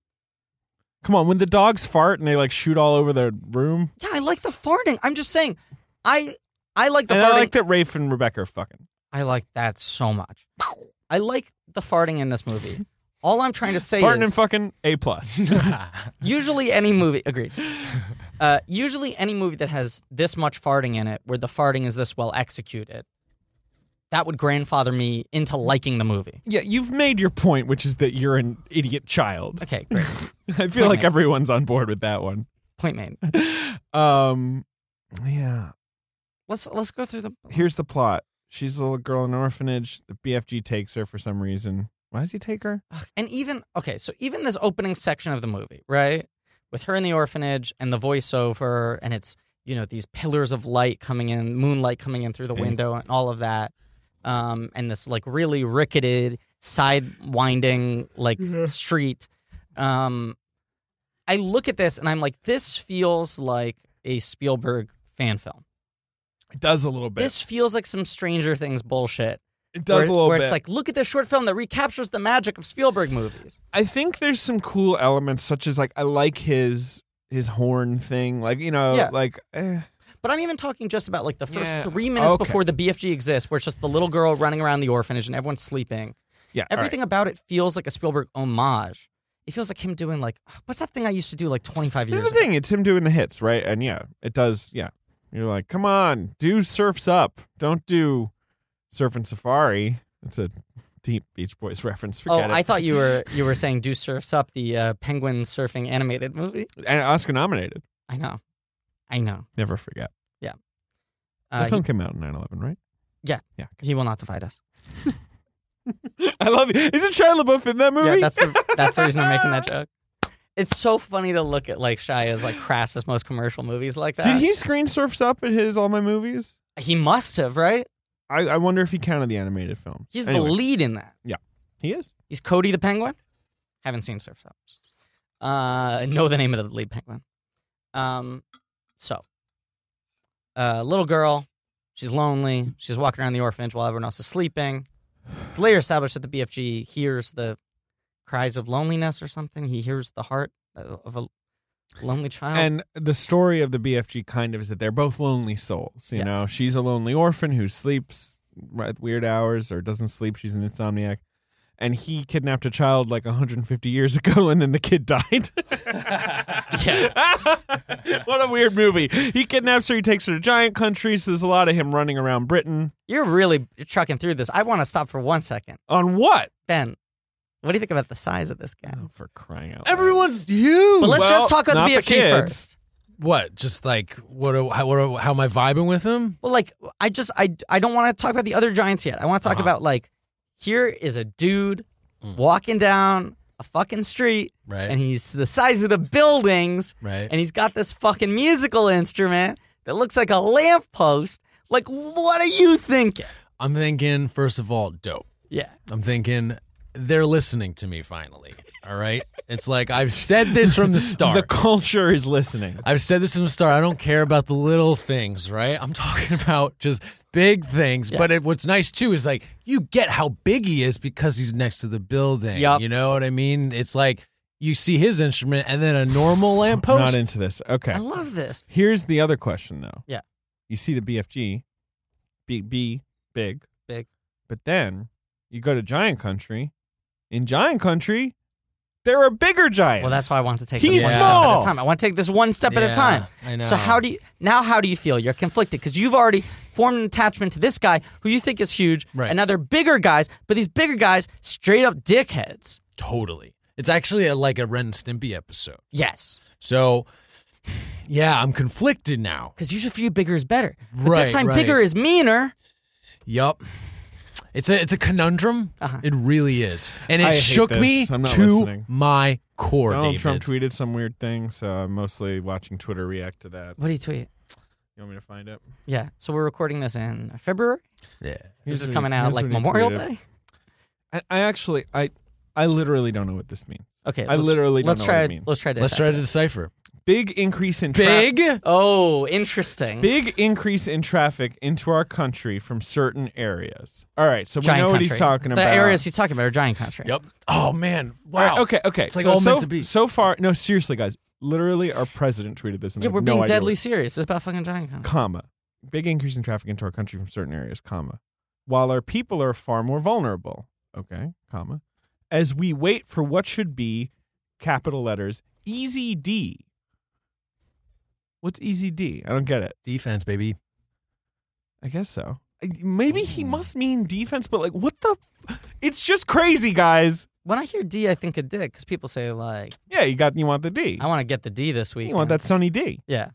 S2: Come on, when the dogs fart and they like shoot all over the room,
S3: Yeah, I like the farting. I'm just saying, I I like the
S2: and
S3: farting.
S2: I like that Rafe and Rebecca are fucking.
S3: I like that so much. I like the farting in this movie. All I'm trying to say
S2: Farting
S3: is
S2: and fucking a
S3: [laughs]
S2: plus.
S3: usually any
S2: [laughs]
S3: movie agreed. Uh, usually any movie that has this much farting in it, where the farting is this well executed, that would grandfather me into liking the movie.
S2: yeah, you've made your point, which is that you're an idiot child.
S3: Okay,
S2: [laughs]
S3: great.
S2: I feel like
S3: made.
S2: everyone's on board with that one.
S3: Point made.
S2: Um, yeah.
S3: Let's let's go through the
S2: Here's the plot. She's a little girl in an orphanage. The BFG takes her for some reason. Why does he take her?
S3: Ugh, and even okay, so even this opening section of the movie, right, with her in the orphanage and the voiceover, and it's you know these pillars of light coming in, moonlight coming in through the
S2: Hey.
S3: window, and all of that, um, and this like really rickety side winding like street. Um, I look at this and I'm like, this feels like a Spielberg fan film.
S2: It does a little bit.
S3: This feels like some Stranger Things bullshit.
S2: it does
S3: where,
S2: a little
S3: where
S2: bit.
S3: it's like, look at this short film that recaptures the magic of Spielberg movies.
S2: I think there's some cool elements, such as like I like his his horn thing. Like you know,
S3: Yeah.
S2: like eh.
S3: But I'm even talking just about like the first
S2: Yeah,
S3: three minutes
S2: okay.
S3: before the BFG exists, where it's just the little girl running around the orphanage and everyone's sleeping.
S2: yeah, all right.
S3: Everything about it feels like a Spielberg homage. It feels like him doing like [sighs] what's that thing I used to do like 25 years
S2: Here's the
S3: ago.
S2: thing: it's him doing the hits, right? And yeah, it does. Yeah, you're like, come on, do Surfs Up. Don't do Surf and Safari. That's a deep Beach Boys [laughs] reference.
S3: Oh,
S2: Forget it.
S3: I thought you were you were saying "Do Surfs Up," the uh, penguin surfing animated movie.
S2: and Oscar nominated.
S3: I know, I know.
S2: Never forget. the
S3: Uh,
S2: film
S3: he,
S2: came out in 9/11,
S3: [laughs]
S2: right?
S3: Yeah.
S2: yeah.
S3: he will not divide us.
S2: I love you. Isn't Shia LaBeouf in that movie?
S3: Yeah, that's the that's the reason I'm
S2: [laughs]
S3: making that joke. It's so funny to look at like Shia's like crassest, most commercial movies like that.
S2: Did he screen Surfs Up at his All My Movies?
S3: He must have, right?
S2: I, I wonder if he counted the animated film.
S3: He's
S2: Anyway,
S3: the lead in that.
S2: he is.
S3: He's Cody the Penguin. Haven't seen Surf's Up. Uh, know the name of the lead penguin. Um, so, uh, little girl, she's lonely. She's walking around the orphanage while everyone else is sleeping. It's later established that the BFG hears the cries of loneliness or something. He hears the heart of a lonely child.
S2: And the story of the BFG kind of is that they're both lonely souls. You
S3: Yes.
S2: know, she's a lonely orphan who sleeps at weird hours or doesn't sleep. She's an insomniac. And he kidnapped a child like 150 years [laughs] ago, and then the kid
S3: [laughs]
S2: died. [laughs] what a weird movie. He kidnaps her, he takes her to giant countries. there's a lot of him running around Britain.
S3: you're really trucking through this. I want to stop for one second.
S2: On what?
S3: Ben, what do you think about the size of this guy?
S2: Oh, for crying out loud.
S4: Everyone's huge.
S3: But let's
S2: Well,
S3: just talk about
S2: not
S3: the
S2: the
S3: BFG
S2: kids.
S3: first.
S4: what? Just like what? do- How, what, do- how am I vibing with him?
S3: Well, like I just I I don't want to talk about the other giants yet. I want to talk
S4: Uh-huh. Mm.
S3: about like here is a dude walking down a fucking street,
S4: Right.
S3: and he's the size of the buildings,
S4: Right.
S3: and he's got this fucking musical instrument that looks like a lamppost. Like, what are you thinking?
S4: I'm thinking first of all, dope.
S3: Yeah,
S4: I'm thinking they're listening to me finally. All right. It's like I've said this from [laughs] the start.
S2: [laughs] The culture is listening.
S4: I've said this from the start. I don't care about the little things, right? I'm [laughs] talking about just big things. But it, what's nice too is like you get how big he is because he's next to the building.
S3: Yup.
S4: You know what I mean? It's like you see his instrument and then a [laughs] normal lamppost.
S2: Not into this. Okay.
S3: I love this.
S2: Here's the other question, though.
S3: Yeah.
S2: You see the BFG, B, B big,
S3: Big.
S2: but then you go to Giant Country. In Giant Country, there are bigger giants.
S3: Well, that's why I want to take
S2: He's
S3: this one step at
S2: small!
S3: a time. I want to take this one step at
S4: Yeah,
S3: a time.
S4: I know.
S3: So how do you now? How do you feel? You're conflicted because you've already formed an attachment to this guy who you think is huge,
S4: Right.
S3: and other bigger guys. But these bigger guys, straight up dickheads.
S4: totally. It's actually a, like a Ren and Stimpy episode.
S3: Yes.
S4: So Yeah, I'm conflicted now.
S3: Because usually for you, bigger is better. But this
S4: Right,
S3: time,
S4: right.
S3: bigger is meaner.
S4: Yup. It's a it's a conundrum.
S3: Uh-huh.
S4: It really is, and it
S2: I hate
S4: shook
S2: this.
S4: me
S2: I'm not
S4: to
S2: listening.
S4: my core.
S2: Donald
S4: David.
S2: Trump tweeted some weird thing, so I'm mostly watching Twitter react to that.
S3: What do you tweet?
S2: You want me to find it?
S3: Yeah. So we're recording this in February.
S4: yeah.
S2: Here's
S3: This
S2: what
S3: is
S2: he-
S3: coming out
S2: here's
S3: like
S2: what he
S3: Memorial
S2: tweeted.
S3: Day.
S2: I, I actually, I, I literally don't know what this means.
S3: Okay.
S2: I
S3: let's-
S2: literally don't
S3: let's
S2: know
S3: try.
S2: what it means.
S3: Let's try this.
S4: Let's try to
S3: actually.
S4: decipher.
S2: Big increase in tra-
S4: Big.
S3: Oh, interesting.
S2: Big increase in traffic into our country from certain areas. All right, so we
S3: giant
S2: know what
S3: country.
S2: he's talking
S3: The
S2: about.
S3: areas he's talking about are giant country.
S4: Yep. Oh man.
S2: All right,
S4: Wow.
S2: okay, okay.
S4: It's like
S2: so,
S4: all
S2: so,
S4: meant to be.
S2: So far, no, seriously, guys. Literally, our president tweeted this. And I
S3: Yeah,
S2: have
S3: we're
S2: no
S3: being
S2: idea
S3: deadly
S2: what-
S3: serious. It's about fucking giant country.
S2: comma. Big increase in traffic into our country from certain areas, comma. While our people are far more vulnerable, okay, comma. As we wait for what should be capital letters, easy D. What's easy D? I don't get it.
S4: Defense, baby.
S2: I guess so. I- Maybe he
S4: Hmm.
S2: must mean defense, but like, what the? F- it's just crazy, guys.
S3: When I hear D, I think of dick because people say like,
S2: Yeah, you got you want the D.
S3: I want to get the D this week.
S2: You want that Sunny D.
S3: Yeah.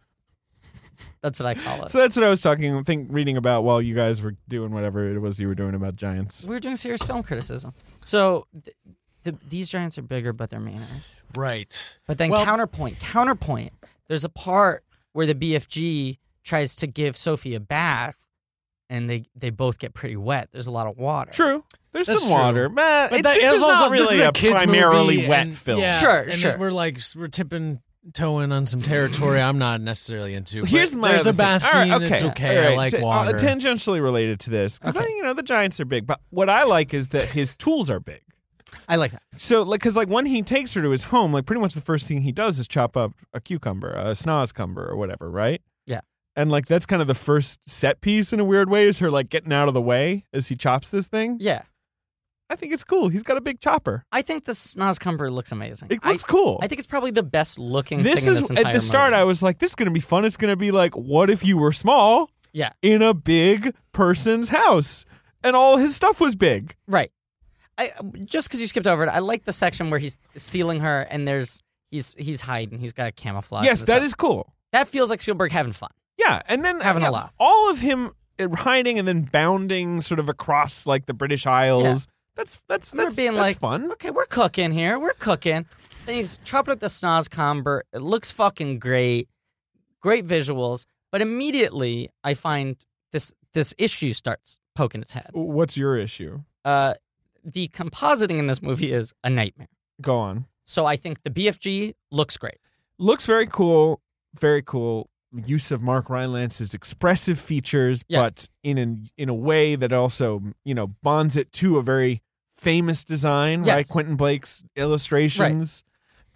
S3: That's what I call it.
S2: So that's what I was talking, think, reading about while you guys were doing whatever it was you were doing about giants.
S3: we were doing serious film criticism. So th- th- these giants are bigger, but they're meaner.
S4: Right.
S3: But then
S4: Well-
S3: counterpoint, counterpoint. There's a part where the BFG tries to give Sophie a bath, and they they both get pretty wet. There's a lot of water.
S2: True. There's
S4: That's
S2: some
S4: true.
S2: water. Man,
S4: But that
S2: this is
S4: also
S2: not really
S4: this is a, kids
S2: primarily
S4: movie
S2: wet
S4: and-
S2: film.
S4: yeah,
S3: Sure,
S4: and
S3: sure.
S4: We're like we're tipping toeing on some territory I'm not necessarily into. but
S2: Here's my
S4: there's
S2: other
S4: a bath
S2: thing.
S4: scene.
S2: All right,
S4: It's
S2: okay.
S4: okay.
S2: All
S4: I
S2: right,
S4: like
S2: t- uh,
S4: water.
S2: tangentially related to this because
S3: Okay.
S2: you know the giants are big, but what I like is that his tools are big.
S3: I like that.
S2: So, like, because like when he takes her to his home, like pretty much the first thing he does is chop up a cucumber, a snozcumber, or whatever, right?
S3: Yeah.
S2: And like that's kind of the first set piece in a weird way is her like getting out of the way as he chops this thing.
S3: Yeah,
S2: I think it's cool. He's got a big chopper.
S3: I think the Snaz Cumber looks amazing.
S2: It
S3: I-
S2: looks cool.
S3: I think it's probably the best looking.
S2: this
S3: thing
S2: is
S3: in this
S2: at the
S3: entire
S2: start.
S3: movie.
S2: I was like, this is gonna be fun. It's gonna be like, what if you were small
S3: yeah,
S2: in a big person's house and all his stuff was big?
S3: right. I um, just because you skipped over it, I like the section where he's stealing her, and there's he's he's hiding. He's got a camouflage.
S2: yes,
S3: and
S2: that
S3: stuff.
S2: is cool.
S3: that feels like Spielberg having fun.
S2: Yeah, and then
S3: Having a
S2: yeah,
S3: laugh.
S2: All of him uh, hiding and then bounding sort of across like the British Isles. That's that's
S3: Remember
S2: that's,
S3: being
S2: that's
S3: like,
S2: fun.
S3: Okay, we're cooking here. We're cooking. Then he's chopping up the snaz comber. It looks fucking great. Great visuals. But immediately I find this this issue starts poking its head.
S2: What's your issue?
S3: Uh, the compositing in this movie is a nightmare.
S2: Go on.
S3: So I think the BFG looks great.
S2: Looks very cool. Very cool use of Mark Rylance's expressive features,
S3: Yeah.
S2: but in an, in a way that also you know bonds it to a very famous design,
S3: Yes.
S2: right? Quentin Blake's illustrations.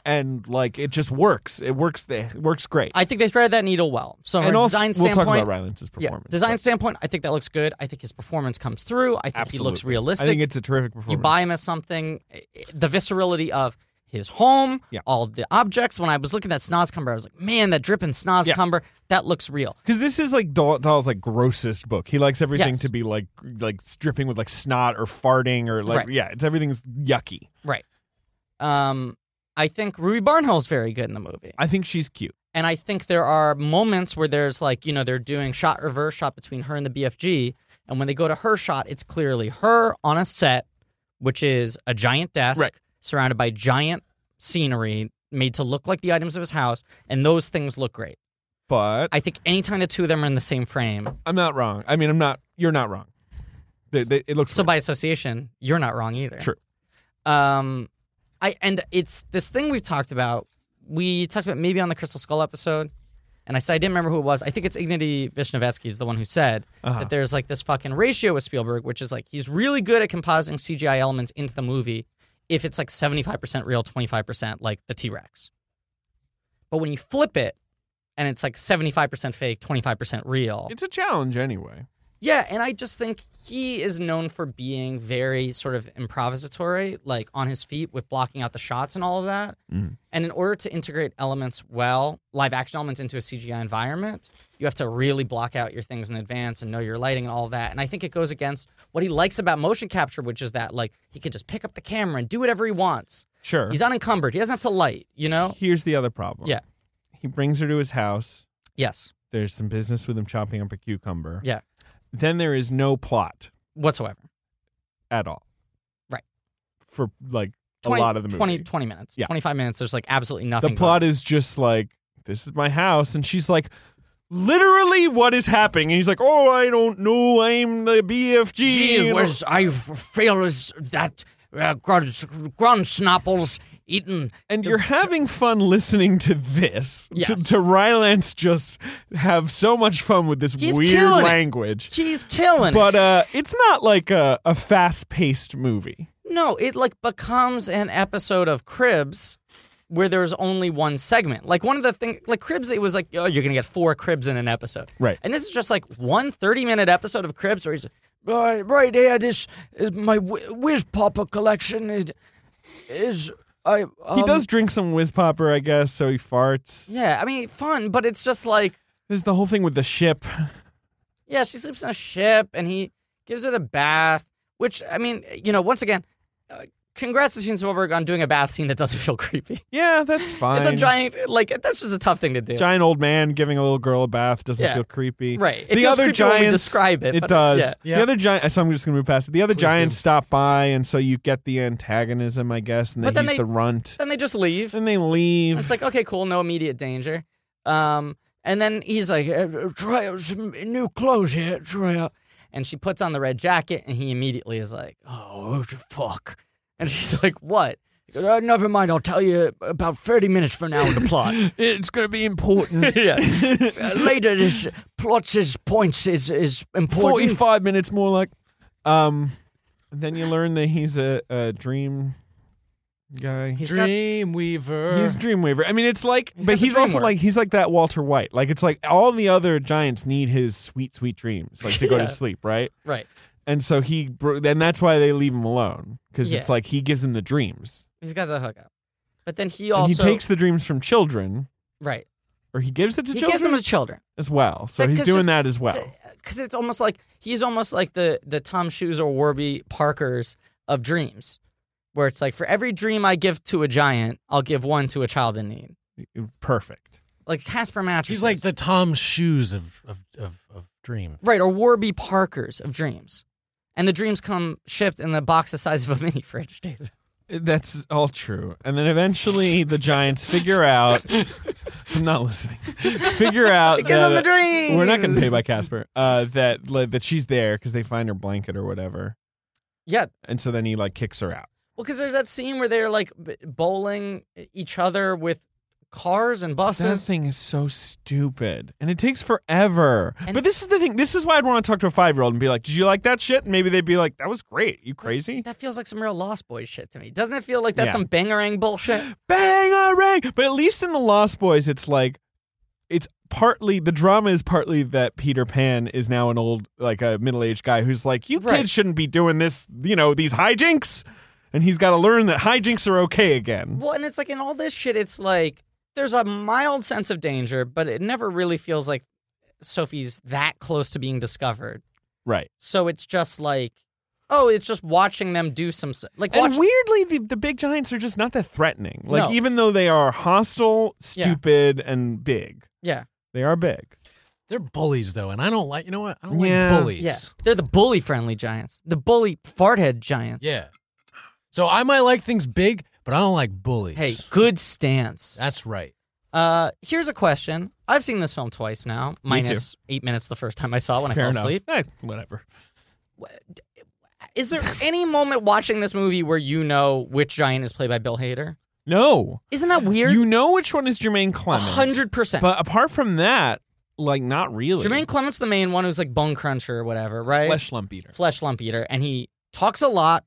S2: And like it just works. It works. There it works great.
S3: I think they threaded that needle well. So from
S2: and
S3: a
S2: also,
S3: design
S2: we'll
S3: standpoint,
S2: talk about Rylance's
S3: yeah,
S2: performance.
S3: design
S2: but
S3: standpoint, I think that looks good. I think his performance comes through. I think he looks
S2: absolutely.
S3: realistic.
S2: I think it's a terrific performance.
S3: You buy him as something. eh, The viscerality of his home,
S2: Yeah.
S3: all the objects. When I was looking at Snozcumber, I was like, man, that dripping Snozcumber, that looks real.
S2: Because this is like Dahl, Dahl's like grossest book. He likes everything
S3: Yes.
S2: to be like like dripping with like snot or farting or like
S3: Right.
S2: yeah, it's everything's yucky.
S3: Right. Um, I think Ruby Barnhill's very good in the movie.
S2: I think she's cute.
S3: And I think there are moments where there's like, you know, they're doing shot reverse shot between her and the BFG. And when they go to her shot, it's clearly her on a set, which is a giant desk
S2: Right.
S3: surrounded by giant scenery made to look like the items of his house. And those things look great.
S2: But
S3: I think anytime the two of them are in the same frame,
S2: I'm not wrong. I mean, I'm not. You're not wrong. They, they, it looks
S3: so
S2: weird.
S3: by association, you're not wrong either.
S2: True.
S3: Um, I and it's this thing we've talked about. We talked about maybe on the Crystal Skull episode, and I said I didn't remember who it was. I think it's Ignity Vishnevetsky is the one who said
S2: Uh-huh.
S3: that there's like this fucking ratio with Spielberg, which is like he's really good at compositing CGI elements into the movie if it's like 75% real, 25% like the T Rex. But when you flip it and it's like 75% fake, 25% real.
S2: it's a challenge anyway.
S3: Yeah, and I just think he is known for being very sort of improvisatory, like on his feet with blocking out the shots and all of that.
S2: Mhm.
S3: And in order to integrate elements well, live action elements into a CGI environment, you have to really block out your things in advance and know your lighting and all that. And I think it goes against what he likes about motion capture, which is that like he can just pick up the camera and do whatever he wants.
S2: Sure.
S3: He's unencumbered. He doesn't have to light, you know?
S2: Here's the other problem.
S3: Yeah.
S2: he brings her to his house.
S3: Yes,
S2: There's some business with him chopping up a cucumber.
S3: Yeah.
S2: Then there is no plot
S3: whatsoever.
S2: at all.
S3: Right.
S2: For like a lot of the movie.
S3: 20, 20 minutes,
S2: Yeah.
S3: 25 minutes. There's like absolutely
S2: the
S3: nothing.
S2: plot is just like this is my house and she's like literally what is happening and he's like oh i don't know i'm the bfg
S5: Gee
S2: And
S5: whiz, I feel is that uh, grunts, Grunsnopple's eaten
S2: and you're having fun listening to this to,
S3: Yes.
S2: to rylance just have so much fun with this
S3: He's
S2: weird
S3: killing it.
S2: language
S3: He's killing
S2: but uh it's not like a, a fast-paced movie
S3: No, it like becomes an episode of Cribs where there's only one segment. Like one of the things, like Cribs, it was like, oh, you're going to get four Cribs in an episode.
S2: Right.
S3: And this is just like one 30 minute episode of Cribs where he's
S5: Uh, right here, this is my Wh- Whiz Popper collection. It is I. Um,
S2: he does drink some whiz popper i guess so he farts
S3: yeah, I mean, fun, but it's just like,
S2: there's the whole thing with the ship
S3: yeah, she sleeps in a ship and he gives her the bath, which, I mean, you know, once again, uh, congrats to Steven Spielberg on doing a bath scene that doesn't [laughs] feel creepy.
S2: yeah that's fine
S3: It's a giant, like, that's just a tough thing to do.
S2: giant old man giving a little girl a bath doesn't
S3: Yeah.
S2: feel creepy.
S3: Right. It feels creepy when we describe it,
S2: It
S3: but-
S2: does.
S3: yeah.
S4: Yeah.
S2: The other giant. So I'm just gonna move past it. The other
S4: Please
S2: giants
S4: do.
S2: stop by, and so you get the antagonism, I guess, and then,
S3: But then
S2: he's
S3: they-
S2: the runt.
S3: Then they just leave.
S2: Then they leave.
S3: It's like, okay, cool, no immediate danger. Um, and then he's like, "Uh,
S5: uh, try out some new clothes here. Try out.
S3: and she puts on the red jacket, and he immediately is like,
S5: Oh fuck!
S3: and she's [laughs] like, what?
S5: Uh, never mind. I'll tell you about thirty minutes from now in the plot.
S2: it's gonna be [laughs]
S3: [laughs]
S2: important.
S3: yeah.
S5: uh, [laughs] later, this plots is points is is important.
S2: Forty-five minutes more, like. Um, then you learn that he's a, a dream guy.
S3: He's got,
S4: Dreamweaver.
S2: He's Dreamweaver. I mean, it's like,
S3: He's
S2: but
S3: got the
S2: he's also
S3: DreamWorks.
S2: like, he's like that Walter White. Like, it's like all the other giants need his sweet, sweet dreams, like to go
S3: Yeah.
S2: to sleep, right?
S3: right.
S2: And so he, bro- and that's why they leave him alone because it's
S3: Yeah.
S2: like he gives him the dreams.
S3: He's got the hookup. But then he
S2: and he
S3: also,
S2: takes the dreams from children,
S3: right.
S2: or he gives it to
S3: He
S2: children
S3: gives them to children.
S2: as well. So
S3: Yeah,
S2: he's
S3: 'cause
S2: doing
S3: just-
S2: that as well.
S3: Because it's almost like, he's almost like the, the Tom Shoes or Warby Parkers of dreams, where it's like, for every dream I give to a giant, I'll give one to a child in need.
S2: Perfect.
S3: Like Casper Mattress.
S4: He's like the Tom Shoes of of of, of Dream.
S3: Right, or Warby Parker's of dreams. And the dreams come shipped in the box the size of a mini fridge, David.
S2: That's all true. And then eventually the giants figure out. [laughs] I'm not listening. Figure out.
S3: Give them the
S2: that-
S3: dreams.
S2: We're not going to pay by Casper. Uh, that like, that she's there because they find her blanket or whatever,
S3: Yeah,
S2: and so then he like kicks her out.
S3: well, because there's that scene where they're like b- bowling e-, each other with cars and
S2: That
S3: buses.
S2: thing is so stupid, and it takes forever.
S3: And-
S2: but this is the thing. This is why I'd want to talk to a five-year-old and be like, "Did you like that shit?" And maybe they'd be like, "That was great. You crazy?"
S3: That feels like some real Lost Boys shit to me. Doesn't it feel like that's
S2: Yeah.
S3: some bangerang bullshit?
S2: [laughs] Bang a rang. But at least in the Lost Boys, it's like, it's partly the drama is partly that Peter Pan is now an old, like a middle-aged guy who's like, "You
S3: Right.
S2: kids shouldn't be doing this. You know these hijinks." And he's got to learn that hijinks are okay again.
S3: Well, and it's like in all this shit, it's like there's a mild sense of danger, but it never really feels like Sophie's that close to being discovered.
S2: Right.
S3: So it's just like, oh, it's just watching them do some s- like
S2: And
S3: watch.
S2: weirdly, the, the big giants are just not that threatening. Like,
S3: No.
S2: even though they are hostile, stupid, and big,
S3: yeah,
S2: they are big.
S4: They're bullies though, and I don't like. You know what? I don't
S2: Yeah.
S4: like bullies.
S3: yeah, they're the bully friendly giants, the bully farthead giants.
S4: Yeah. So I might like things big, but I don't like bullies.
S3: Hey, good stance.
S4: That's right.
S3: Uh, here's a question. I've seen this film twice now, minus eight minutes the first time I saw it when
S2: Fair
S3: I fell
S2: enough.
S3: asleep.
S2: Eh, whatever. [laughs]
S3: Is there any moment watching this movie where you know which giant is played by Bill Hader?
S2: No.
S3: Isn't that weird?
S2: You know which one is Jermaine
S3: A
S2: Clements.
S3: hundred percent.
S2: But apart from that, like, not really.
S3: Jermaine Clement's the main one who's like bone cruncher or whatever, right?
S2: Flesh lump eater.
S3: Flesh lump eater, and he talks a lot.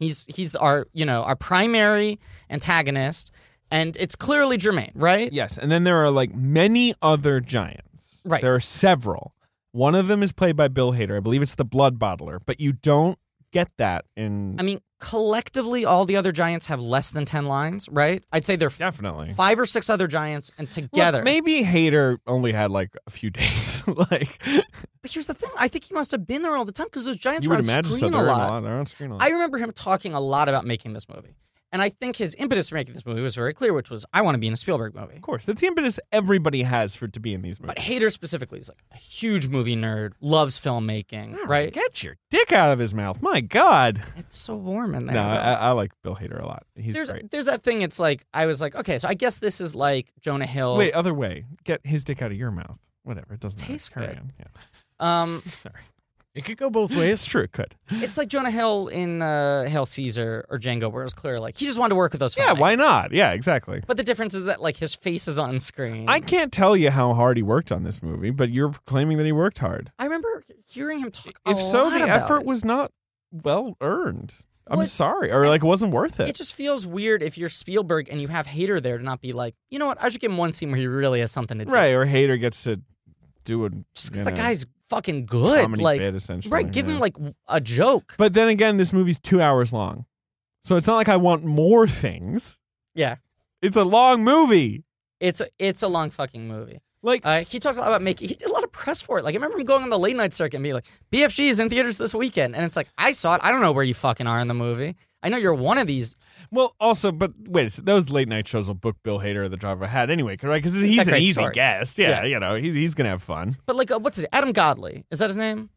S3: He's he's our you know our primary antagonist, and it's clearly Jermaine, right?
S2: Yes. And then there are, like, many other giants.
S3: Right.
S2: There are several. One of them is played by Bill Hader. I believe it's the Blood Bottler, but you don't get that in.
S3: I mean, collectively, all the other giants have less than ten lines, right? I'd say there are f-
S2: Definitely.
S3: five or six other giants, and
S2: Look,
S3: together.
S2: maybe Hater only had like a few [laughs] days. like
S3: but here's the thing: I think he must have been there all the time because those giants
S2: you
S3: were
S2: would
S3: on
S2: imagine, so
S3: screen
S2: they're
S3: a
S2: in
S3: lot.
S2: They're on screen a lot.
S3: I remember him talking a lot about making this movie. And I think his impetus for making this movie was very clear, which was I want to be in a Spielberg movie.
S2: Of course, that's the impetus everybody has for to be in these movies.
S3: But Hader specifically is like a huge movie nerd, loves filmmaking,
S2: Oh
S3: right?
S2: Get your dick out of his mouth. My God.
S3: It's so warm in there.
S2: No,
S3: though.
S2: I, I like Bill Hader a lot. He's
S3: there's
S2: great.
S3: there's that thing. It's like I was like, okay, so I guess this is like Jonah Hill.
S2: Wait, uh, other way. Get his dick out of your mouth. Whatever. It doesn't
S3: Tastes
S2: matter. Carry
S3: good.
S2: on. Yeah.
S3: um,
S2: [laughs] Sorry.
S4: It could go both
S2: It's
S4: ways.
S2: true. It could.
S3: it's like Jonah Hill in uh, Hail Caesar or Django, where it was clear like he just wanted to work with those.
S2: Yeah.
S3: filmmakers.
S2: Why not? Yeah. Exactly.
S3: But the difference is that like his face is on screen.
S2: I can't tell you how hard he worked on this movie, but you're claiming that he worked hard.
S3: I remember hearing him talk. a
S2: If so,
S3: lot
S2: the
S3: about
S2: effort
S3: it.
S2: was not well earned. I'm
S3: What-
S2: sorry, or like it wasn't worth it.
S3: It just feels weird if you're Spielberg and you have Hater there to not be like, you know what? I should give him one scene where he really has something to do.
S2: right, or Hater gets to do a
S3: Just
S2: you
S3: because the
S2: know,
S3: guy's fucking good.
S2: comedy
S3: like,
S2: bit essentially.
S3: right? Give
S2: yeah.
S3: him like a joke.
S2: But then again, this movie's two hours long, so it's not like I want more things.
S3: yeah,
S2: It's a long movie.
S3: it's a, it's a long fucking movie.
S2: Like
S3: Uh, he talked a lot about making. He did a lot of press for it. Like I remember him going on the late night circuit and being like, "BFG is in theaters this weekend," and it's like, I saw it. I don't know where you fucking are in the movie. I know you're one of these.
S2: Well, also, but wait, a sec- those late night shows will book Bill Hader at the drop of a hat anyway, right? Because he's
S3: That
S2: an
S3: great
S2: easy
S3: starts.
S2: guest. Yeah,
S3: Yeah.
S2: you know, he's, he's gonna have fun.
S3: But like, uh, what's his Adam Godley? Is that his name?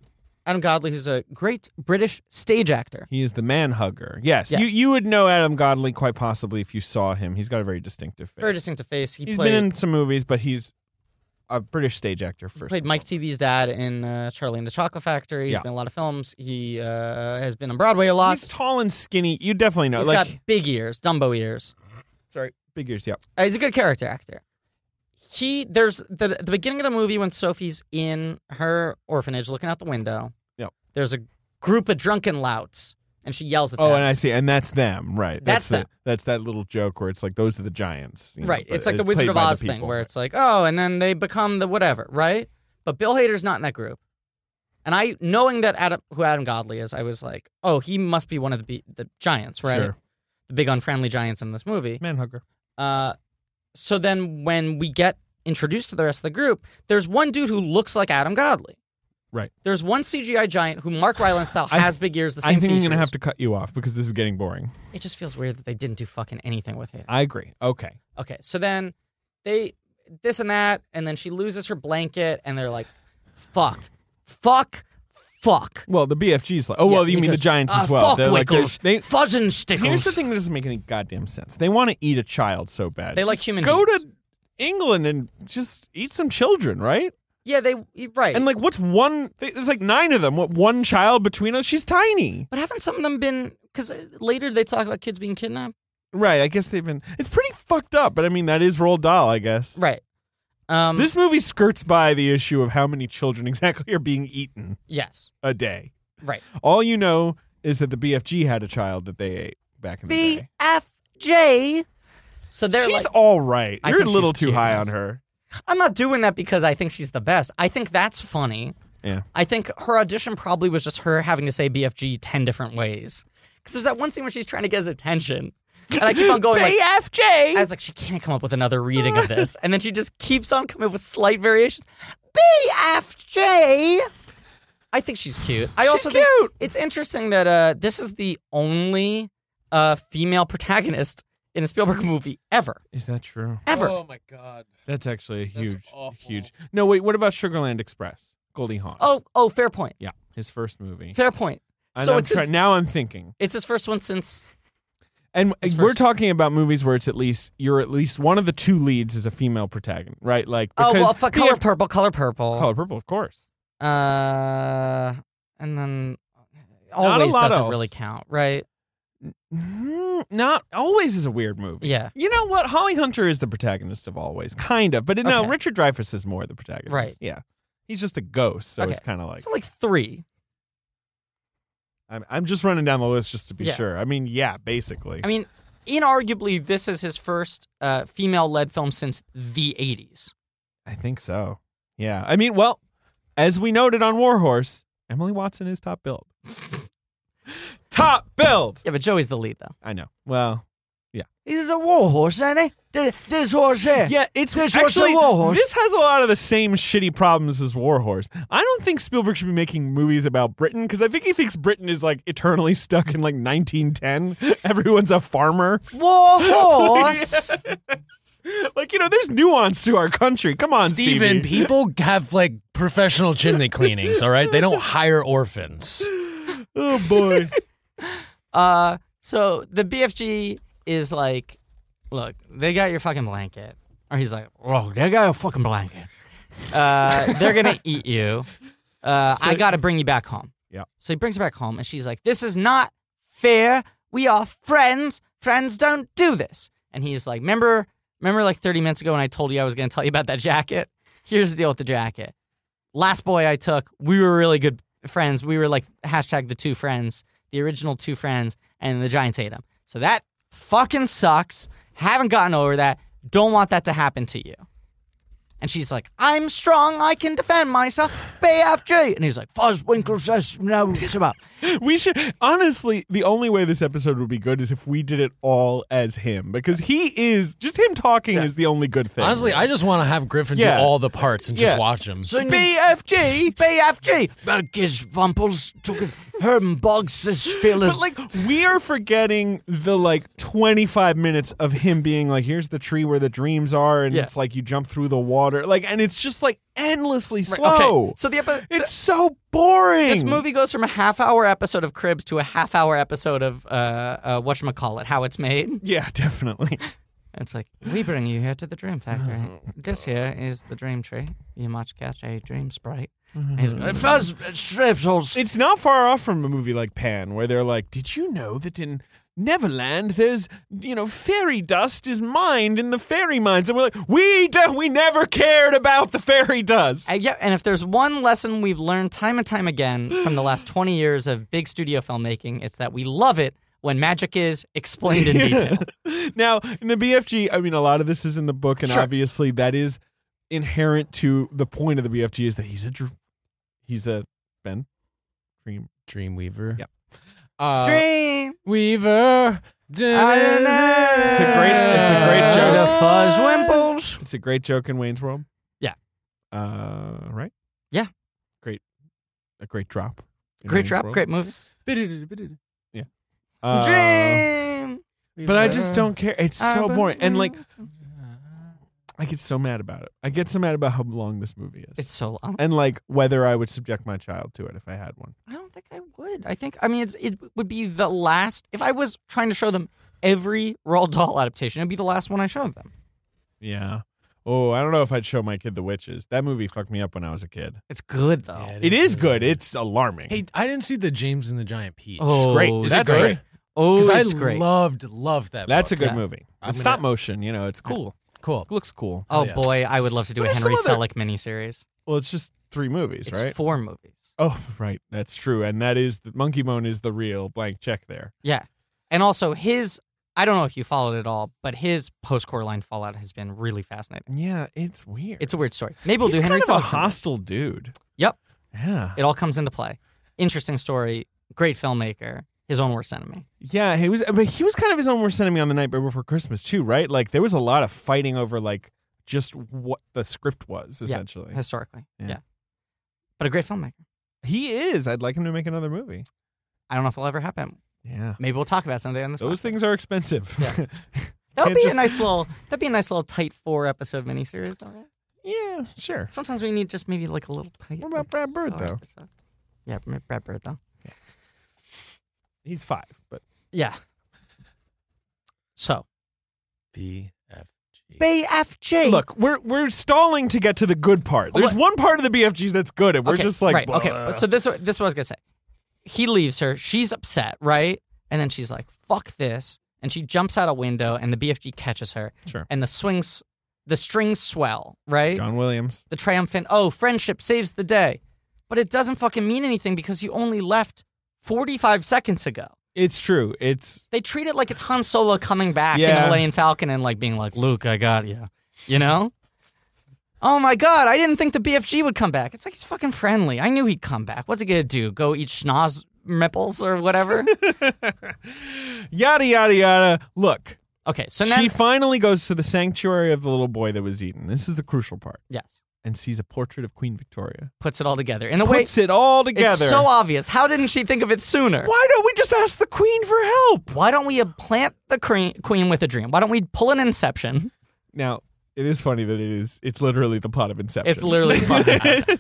S3: Adam Godley, who's a great British stage actor.
S2: He is the man hugger. Yes,
S3: Yes.
S2: you you would know Adam Godley quite possibly if you saw him. He's got a very distinctive face.
S3: Very distinct to face. He
S2: He's
S3: played
S2: been in some movies, but he's a British stage actor first.
S3: played
S2: of
S3: Mike
S2: all.
S3: TV's dad in uh, Charlie and the Chocolate Factory. He's
S2: Yeah.
S3: been in a lot of films. He uh, has been on Broadway a lot.
S2: He's tall and skinny. You definitely know,
S3: He's
S2: like
S3: got big ears, Dumbo ears.
S2: big ears. Yeah,
S3: Uh, he's a good character actor. He there's the the beginning of the movie when Sophie's in her orphanage looking out the window.
S2: Yep.
S3: There's a group of drunken louts, and she yells at
S2: Oh,
S3: them.
S2: and I see, and that's them, right?
S3: That's
S2: the,
S3: them.
S2: That's that little joke where it's like those are the giants, you know,
S3: right.
S2: but
S3: It's like the
S2: played
S3: Wizard of
S2: by the
S3: Oz thing
S2: people.
S3: where it's like, oh, and then they become the whatever, right? But Bill Hader's not in that group. And I, knowing that Adam, who Adam Godley is, I was like, oh, he must be one of the be- the giants, right?
S2: Sure.
S3: The big unfriendly giants in this movie.
S2: man hugger.
S3: Uh, so then when we get introduced to the rest of the group, there's one dude who looks like Adam Godley.
S2: Right.
S3: There's one CGI giant who Mark Rylance style
S2: I-
S3: has big ears, the
S2: I
S3: same
S2: think I'm gonna
S3: features.
S2: have to cut you off because this is getting boring.
S3: It just feels weird that they didn't do fucking anything with Hader.
S2: I agree. Okay.
S3: Okay, so then they this and that, and then she loses her blanket, and they're like, "Fuck, fuck, fuck."
S2: Well, the BFG's like, oh, well,
S3: Yeah,
S2: you
S3: he
S2: mean the
S3: goes,
S2: Giants
S3: "Ah,
S2: as well?
S3: Fuck
S2: They're like,
S3: Wickles,
S2: they-
S3: fuzzin' stickles.
S2: here's the thing that doesn't make any goddamn sense. They want to eat a child so bad.
S3: They like
S2: Just
S3: human
S2: Go
S3: beings.
S2: to England and just eat some children, right?
S3: Yeah, they right.
S2: And like, what's one? they- There's like nine of them. What one child between us? She's tiny,
S3: but haven't some of them been? Because later they talk about kids being kidnapped.
S2: right? I guess they've been. It's pretty fucked up, but I mean, that is Roald Dahl, I guess.
S3: Right. Um,
S2: This movie skirts by the issue of how many children [laughs] exactly are being eaten
S3: yes.
S2: a day.
S3: Right.
S2: All you know is that the BFG had a child that they ate back in the day.
S3: BFJ. So they're
S2: She's
S3: like,
S2: all right.
S3: I
S2: You're a
S3: think
S2: little
S3: she's
S2: too
S3: cute,
S2: high on
S3: yes.
S2: her.
S3: I'm not doing that because I think she's the best. I think that's funny.
S2: Yeah.
S3: I think her audition probably was just her having to say BFG 10 different ways. Because there's that one scene where she's trying to get his attention. And I keep on
S2: [laughs]
S3: going like,
S2: BFJ.
S3: I was like, she can't come up with another reading of this. And then she just keeps on coming up with slight variations. BFJ. I think she's cute. I also think
S2: cute.
S3: it's interesting that uh, this is the only uh, female protagonist in a Spielberg movie ever.
S2: Is that true?
S3: Ever.
S4: Oh my god.
S2: That's actually a
S4: That's
S2: huge,
S4: awful.
S2: huge. No, wait. What about Sugarland Express? Goldie Hawn.
S3: Oh, oh, fair point.
S2: yeah, his first movie.
S3: Fair point.
S2: And
S3: so
S2: I'm
S3: it's
S2: try-
S3: his,
S2: now I'm thinking,
S3: it's his first one since
S2: and
S3: His
S2: we're
S3: first-
S2: talking about movies where it's at least you're at least one of the two leads is a female protagonist, right? Like
S3: oh well,
S2: because
S3: fuck,
S2: we
S3: color
S2: have-
S3: purple, color purple.
S2: Color Purple, of course.
S3: Uh, and then
S2: Not a
S3: always
S2: lot
S3: doesn't
S2: else.
S3: really count, right?
S2: Mm, Not always is a weird movie.
S3: Yeah.
S2: You know what? Holly Hunter is the protagonist of Always, kind of, but no,
S3: Okay.
S2: Richard Dreyfuss is more the protagonist.
S3: Right.
S2: Yeah. He's just a ghost, so
S3: Okay.
S2: it's kind of like
S3: so like three.
S2: I'm, I'm just running down the list just to be
S3: Yeah.
S2: sure. I mean, yeah, basically.
S3: I mean, inarguably, this is his first uh, female-led film since the '80s.
S2: I think so. Yeah. I mean, well, as we noted on Warhorse, Emily Watson is [laughs] top billed. top billed.
S3: Yeah, but Joey's the lead though.
S2: I know. Well, Yeah.
S5: He's a war horse, ain't he? Th- This horse here.
S2: Yeah, it's
S5: This was
S2: actually
S5: a Warhorse.
S2: this has a lot of the same shitty problems as Warhorse. I don't think Spielberg should be making movies about Britain because I think he thinks Britain is like eternally stuck in like 1910. [laughs] Everyone's a farmer. [laughs]
S3: [laughs]
S5: War horse.
S2: Like you know, there's nuance to our country. Come on,
S4: Steven,
S2: Stevie.
S4: people have like professional
S2: [laughs]
S4: chimney cleanings, all right? They don't hire orphans.
S2: Oh boy. [laughs]
S3: Uh, so the BFG is like, look, they got your fucking blanket. Or he's like, oh, they got your fucking blanket. Uh, they're gonna eat you. Uh, I gotta bring you back home.
S2: Yeah.
S3: So he brings her back home, and she's like, this is not fair. We are friends. Friends don't do this. And he's like, remember, remember, like 30 minutes ago when I told you I was gonna tell you about that jacket. Here's the deal with the jacket. Last boy I took, we were really good friends. We were like hashtag the two friends the original two friends, and the Giants hate him. So that fucking sucks. Haven't gotten over that. Don't want that to happen to you. And she's like, I'm strong. I can defend myself. BFG. And he's like,
S5: Fuzzwinkle says no. Come up.
S2: We should honestly. The only way this episode would be good is if we did it all as him because he is just him talking is the only good thing.
S4: Honestly, I just want to have Griffin
S2: Yeah.
S4: do all the parts and
S2: Yeah.
S4: just watch him.
S5: So
S2: BFG.
S5: BFG. Burgess Vumples took Herm Boggs says feelers.
S2: But like we are forgetting the like 25 minutes of him being like, here's the tree where the dreams are, and
S3: Yeah.
S2: it's like you jump through the water, like, and it's just like endlessly
S3: Right,
S2: slow.
S3: Okay. So the episode.
S2: it's so boring.
S3: This movie goes from a half hour episode of Cribs to a half hour episode of uh, uh, whatchamacallit, How It's Made. And
S2: [laughs] Yeah, definitely.
S3: It's like, we bring you here to the Dream Factory. this here is the Dream Tree. You must catch a dream sprite. And he's like,
S5: Fuzz strips.
S2: It's not far off from a movie like Pan, where they're like, did you know that in Neverland, there's you know fairy dust is mined in the fairy mines, and we're like, we de- we never cared about the fairy dust.
S3: Uh, yeah, and if there's one lesson we've learned time and time [gasps] again from the last 20 years of big studio filmmaking, it's that we love it when magic is explained in [laughs] detail.
S2: [laughs] now in the BFG, I mean, a lot of this is in the book, and obviously that is inherent to the point of the BFG is that he's a dr- he's a Ben dream.
S4: Dreamweaver.
S2: Yeah. Uh,
S3: [laughs] Dream.
S4: Weaver. It's
S2: It's a great- it's a great joke.
S5: The fuzz wimples.
S2: It's a great joke in Wayne's World.
S3: Yeah.
S2: Uh, right.
S3: Yeah.
S2: Great. A great drop. in
S3: Great
S2: Wayne's
S3: drop,
S2: World.
S3: great movie. Um,
S2: Uh,
S3: Dream.
S2: But I just don't care. It's so
S3: Urban
S2: boring, and like, I get so mad about it. I get so mad about how long this movie is,
S3: It's so long.
S2: and like whether I would subject my child to it if I had one.
S3: I don't think I would. I think I mean it's it would be the last if I was trying to show them every Roald Dahl adaptation, it'd be the last one I showed them.
S2: Yeah. Oh, I don't know if I'd show my kid The Witches. That movie fucked me up when I was a kid.
S3: It's good though.
S2: It is good. It's alarming.
S4: Hey, I didn't see the James and the Giant Peach.
S3: Oh,
S2: great.
S3: Is
S2: That's
S3: it great?
S2: great.
S3: Oh,
S4: Because I
S3: it's great.
S4: loved, loved that.
S2: That's a
S4: book.
S2: good
S3: Yeah.
S2: movie.
S4: I'm
S2: It's
S4: gonna-
S2: stop motion. You know, it's cool.
S4: cool.
S2: It looks cool.
S3: Oh
S4: Oh, yeah.
S3: boy, I would love to do a
S2: What are
S3: Henry
S2: some other-
S3: Selick miniseries.
S2: Uh, Well, it's just three movies,
S3: It's
S2: right?
S3: four movies.
S2: oh, right. That's true. And that is the Monkey Moan is the real blank check there.
S3: Yeah. And also his I don't know if you followed it all, but his post Coraline fallout has been really fascinating.
S2: Yeah, it's weird.
S3: It's a weird story. Maybe we'll
S2: He's
S3: do Henry
S2: kind of a
S3: Selick someday.
S2: hostile dude.
S3: Yep.
S2: Yeah.
S3: It all comes into play. Interesting story, great filmmaker, his own worst enemy.
S2: Yeah, he was, but he was kind of his own worst enemy on the night before Christmas too, right? Like there was a lot of fighting over like just what the script was essentially.
S3: Historically.
S2: Yeah.
S3: Yeah. But a great filmmaker.
S2: He is. I'd like him to make another movie.
S3: I don't know if it'll ever happen.
S2: Yeah.
S3: Maybe we'll talk about it someday on this.
S2: Those
S3: podcast.
S2: things are expensive. [laughs] Yeah.
S3: that would
S2: can't
S3: be
S2: just-
S3: a nice little that'd be a nice little tight four episode miniseries, don't it?
S2: sure.
S3: Sometimes we need just maybe like a little tight.
S2: What about Brad Bird,
S3: four
S2: though?
S3: episode. Yeah, Brad Bird though.
S2: He's five, but
S3: Yeah. So
S4: BFG.
S3: BFG.
S2: look, we're we're stalling to get to the good part. There's
S3: Oh,
S2: one
S3: What?
S2: part of the BFGs that's good, and we're
S3: Okay,
S2: just like,
S3: right. Okay,
S2: "Bleh."
S3: so this this is what I was gonna say. He leaves her. She's upset, right? And then she's like, "Fuck this!" And she jumps out a window, and the BFG catches her.
S2: Sure.
S3: And the swings, the strings swell, right?
S2: John Williams.
S3: The triumphant, oh, friendship saves the day, but it doesn't fucking mean anything because you only left forty-five seconds ago.
S2: It's true. It's
S3: They treat it like it's Han Solo coming back
S2: Yeah.
S3: in Elaine Falcon and like being like, Luke, I got you. You know? Oh my God, I didn't think the BFG would come back. It's like he's fucking friendly. I knew he'd come back. What's he gonna do? Go
S2: [laughs]
S3: eat schnoz mepples or whatever?
S2: yada yada yada. Look,
S3: Okay, so now
S2: She finally goes to the sanctuary of the little boy that was eaten. This is the crucial part.
S3: yes,
S2: And sees a portrait of Queen Victoria.
S3: puts it all together in a way.
S2: Puts it all together.
S3: It's so obvious. How didn't she think of it sooner?
S2: Why don't we just ask the queen for help?
S3: Why don't we plant the cre- queen with a dream? Why don't we pull an inception?
S2: Now, it is funny that it is. It's literally the plot of Inception.
S3: It's
S2: [laughs]
S3: literally the plot of Inception.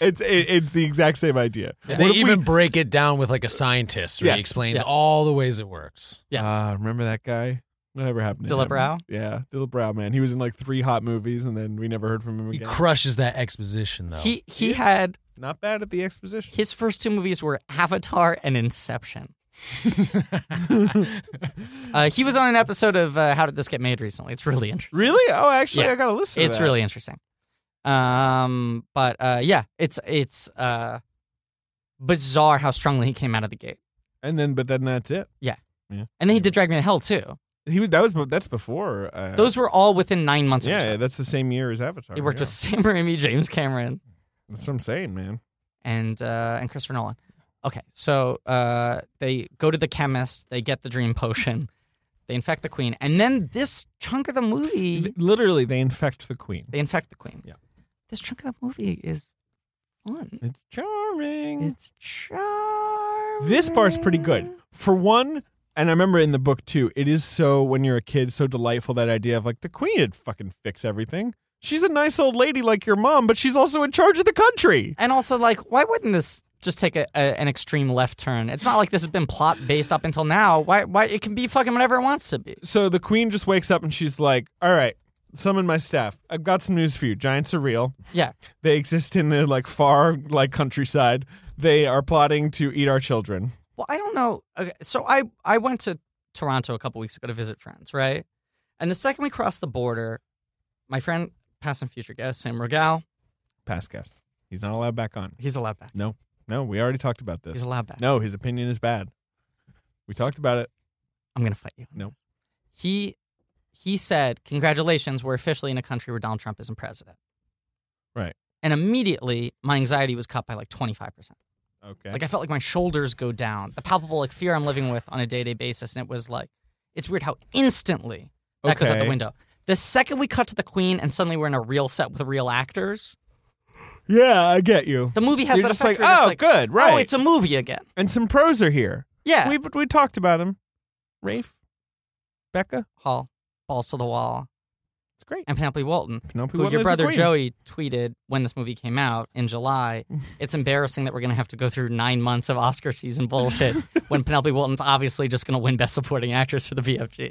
S2: it's it, it's the exact same idea.
S4: They even break it down with like a scientist where
S2: Yes.
S4: he explains
S3: Yeah.
S4: all the ways it works.
S3: Yes.
S2: Ah, remember that guy? Whatever happened to
S3: Dilla
S2: him?
S3: Brow?
S2: Yeah, Dilla Brow, man. He was in like three hot movies, and then we never heard from him
S4: He
S2: again.
S4: crushes that exposition
S2: Uh,
S4: though.
S3: He he had
S2: Not bad at the exposition.
S3: his first two movies were Avatar
S2: [laughs]
S3: and Inception. uh, he was on an episode of uh, How Did This Get Made recently. It's really interesting.
S2: Really? Oh, actually,
S3: Yeah.
S2: I gotta listen. to
S3: It's
S2: that.
S3: really interesting. Um, but uh, yeah, it's it's uh, bizarre how strongly he came out of the gate,
S2: And then, but then that's it.
S3: and then he did Drag Me to Hell too.
S2: He was that was that's before uh,
S3: Those were all within nine months. of each
S2: Yeah,
S3: other.
S2: that's the same year as Avatar.
S3: he worked
S2: yeah.
S3: with Sam Raimi, James Cameron,
S2: That's what I'm saying, man.
S3: and uh, and Christopher Nolan. Okay, so uh, they go to the chemist, they get the dream potion, [laughs] they infect the queen, and then this chunk of the movie,
S2: Literally, they infect the queen.
S3: they infect the queen.
S2: Yeah.
S3: This chunk of the movie is fun.
S2: It's charming.
S3: It's charming.
S2: this part's pretty good. For one, and I remember in the book too, it is so when you're a kid, so delightful that idea of like the queen would fucking fix everything. She's a nice old lady like your mom, but she's also in charge of the country.
S3: And also, like, why wouldn't this just take a, a, an extreme left turn? It's not like this has been plot based up until now. Why? Why it can be fucking whatever it wants to be.
S2: So the queen just wakes up and she's like, "All right, summon my staff. I've got some news for you. Giants are real.
S3: Yeah.
S2: They exist in the like far like countryside. They are plotting to eat our children."
S3: Well, I don't know. Okay, so I I went to Toronto a couple weeks ago to visit friends, right? And the second we crossed the border, my friend, past and future guest Sam Rogal,
S2: Past guest. He's not allowed back on.
S3: he's allowed back.
S2: No, no, we already talked about this.
S3: He's allowed back.
S2: No, his opinion is bad. We talked about it.
S3: I'm gonna fight you.
S2: No.
S3: He he said, "Congratulations, we're officially in a country where Donald Trump isn't president."
S2: Right.
S3: And immediately, my anxiety was cut by like twenty five percent.
S2: Okay.
S3: Like I felt like my shoulders go down. The palpable like fear I'm living with on a day to day basis, and it was like, it's weird how instantly that goes out the
S2: Okay.
S3: window. The second we cut to the Queen, and suddenly we're in a real set with real actors.
S2: Yeah, I get you.
S3: The movie has
S2: You're
S3: that
S2: just
S3: effect.
S2: like,
S3: where it's
S2: "Oh, good,
S3: Oh,
S2: right."
S3: it's a movie again.
S2: And some pros are here.
S3: Yeah.
S2: We we talked about him. Rafe, Becca,
S3: Hall, balls to the wall,
S2: it's great.
S3: and Penelope Walton,
S2: Penelope
S3: who
S2: Wilton
S3: your
S2: is the
S3: brother
S2: queen.
S3: Joey tweeted when this movie came out in
S2: [laughs]
S3: July. it's embarrassing that we're gonna have to go through nine months of Oscar season
S2: [laughs]
S3: bullshit when Penelope Walton's obviously just gonna win Best Supporting Actress for the BFG.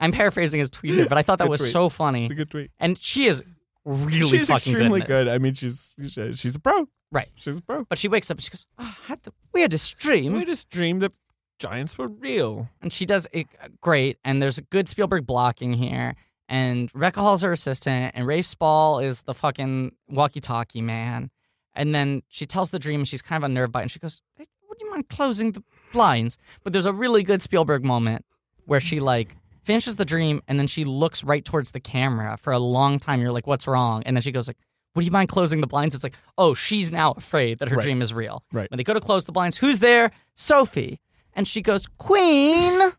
S3: I'm paraphrasing his tweet, here, but I thought that
S2: Good
S3: was
S2: tweet.
S3: so funny.
S2: It's a good tweet.
S3: and she is really
S2: she's
S3: fucking
S2: extremely
S3: good, in this.
S2: good. I mean, she's she- she's a pro.
S3: Right.
S2: She's a pro.
S3: But she wakes up and she goes, oh, I had the weirdest dream.
S2: We just dreamed that giants were real.
S3: And she does it uh, great. And there's a good Spielberg blocking here. And Rebecca Hall's her assistant. And Rafe Spall is the fucking walkie talkie man. And then she tells the dream and she's kind of unnerved by it. And she goes, hey, Would you mind closing the blinds? But there's a really good Spielberg moment where she like finishes the dream and then she looks right towards the camera for a long time. You're like, What's wrong? And then she goes, like, would you mind closing the blinds? It's like, oh, she's now afraid that her
S2: Right.
S3: dream is real.
S2: Right.
S3: When they go to close the blinds, who's there? Sophie. And she goes, Queen.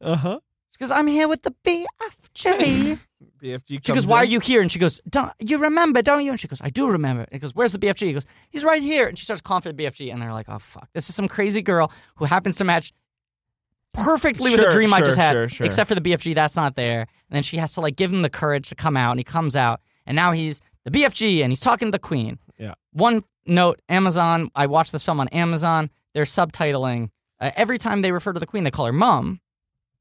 S2: Uh huh.
S3: She goes, I'm here with the
S2: [laughs]
S3: BFG.
S2: BFG.
S3: she goes, Why are you here? And she goes, Don't you remember, don't you? And she goes, I do remember. And he goes, Where's the BFG? He goes, He's right here. And she starts calling for the BFG. And they're like, Oh fuck. This is some crazy girl who happens to match perfectly with
S2: Sure,
S3: the dream I
S2: sure,
S3: just had.
S2: sure, sure.
S3: Except for the BFG, that's not there. And then she has to like give him the courage to come out, and he comes out, and now he's the BFG and he's talking to the Queen.
S2: Yeah.
S3: One note, Amazon, I watched this film on Amazon. They're subtitling. Uh, every time they refer to the Queen, they call her mom.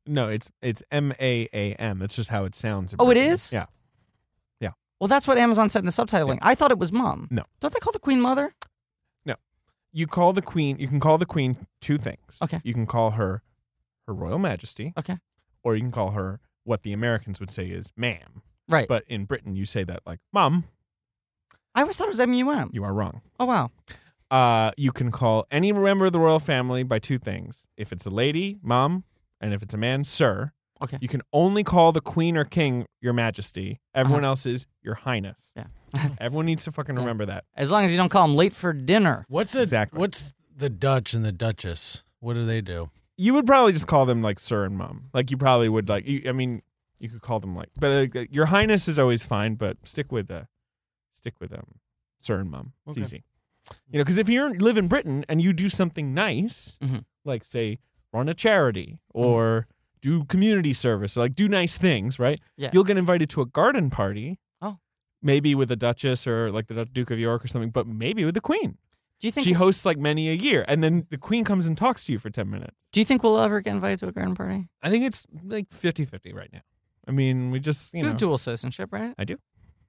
S2: No, it's it's M A A M. That's just how it sounds. in
S3: Oh, it
S2: Britain.
S3: is?
S2: Yeah.
S3: Well, that's what Amazon said in the subtitling. I thought it was mom.
S2: No.
S3: Don't they call the queen mother?
S2: You call the queen. You can call the queen two things.
S3: Okay.
S2: You can call her her royal majesty,
S3: Okay.
S2: or you can call her what the Americans would say is ma'am.
S3: Right.
S2: But in Britain, you say that like, Mom,
S3: I always thought it was M-U-M.
S2: you are wrong.
S3: Oh, wow.
S2: Uh, you can call any member of the royal family by two things. If it's a lady, Mom, and if it's a man, Sir.
S3: Okay.
S2: You can only call the Queen or King Your Majesty. Everyone else is Your Highness.
S3: Uh-huh. Yeah.
S2: Everyone needs to fucking remember that.
S3: As long as you don't call him late for dinner.
S4: What's a,
S2: Exactly.
S4: what's the Dutch and the Duchess? What do they do?
S2: you would probably just call them like sir and mom. Like you probably would like. You, I mean, you could call them like, but uh, your highness is always fine. But stick with uh, stick with um, sir and mom. It's
S4: Okay.
S2: easy. You know, because if you live in Britain and you do something nice,
S3: Mhm.
S2: like say run a charity
S3: Mm-hmm.
S2: or do community service, or, like do nice things, right?
S3: Yeah.
S2: You'll get invited to a garden party.
S3: Oh.
S2: Maybe with a duchess or like the Duke of York or something, but maybe with the queen.
S3: Do you think?
S2: She hosts like many a year, and then the queen comes and talks to you for ten minutes.
S3: do you think we'll ever get invited to a garden party?
S2: I think it's like 50-50 right now. I mean, we just you,
S3: You,
S2: know,
S3: have dual citizenship, right?
S2: I do.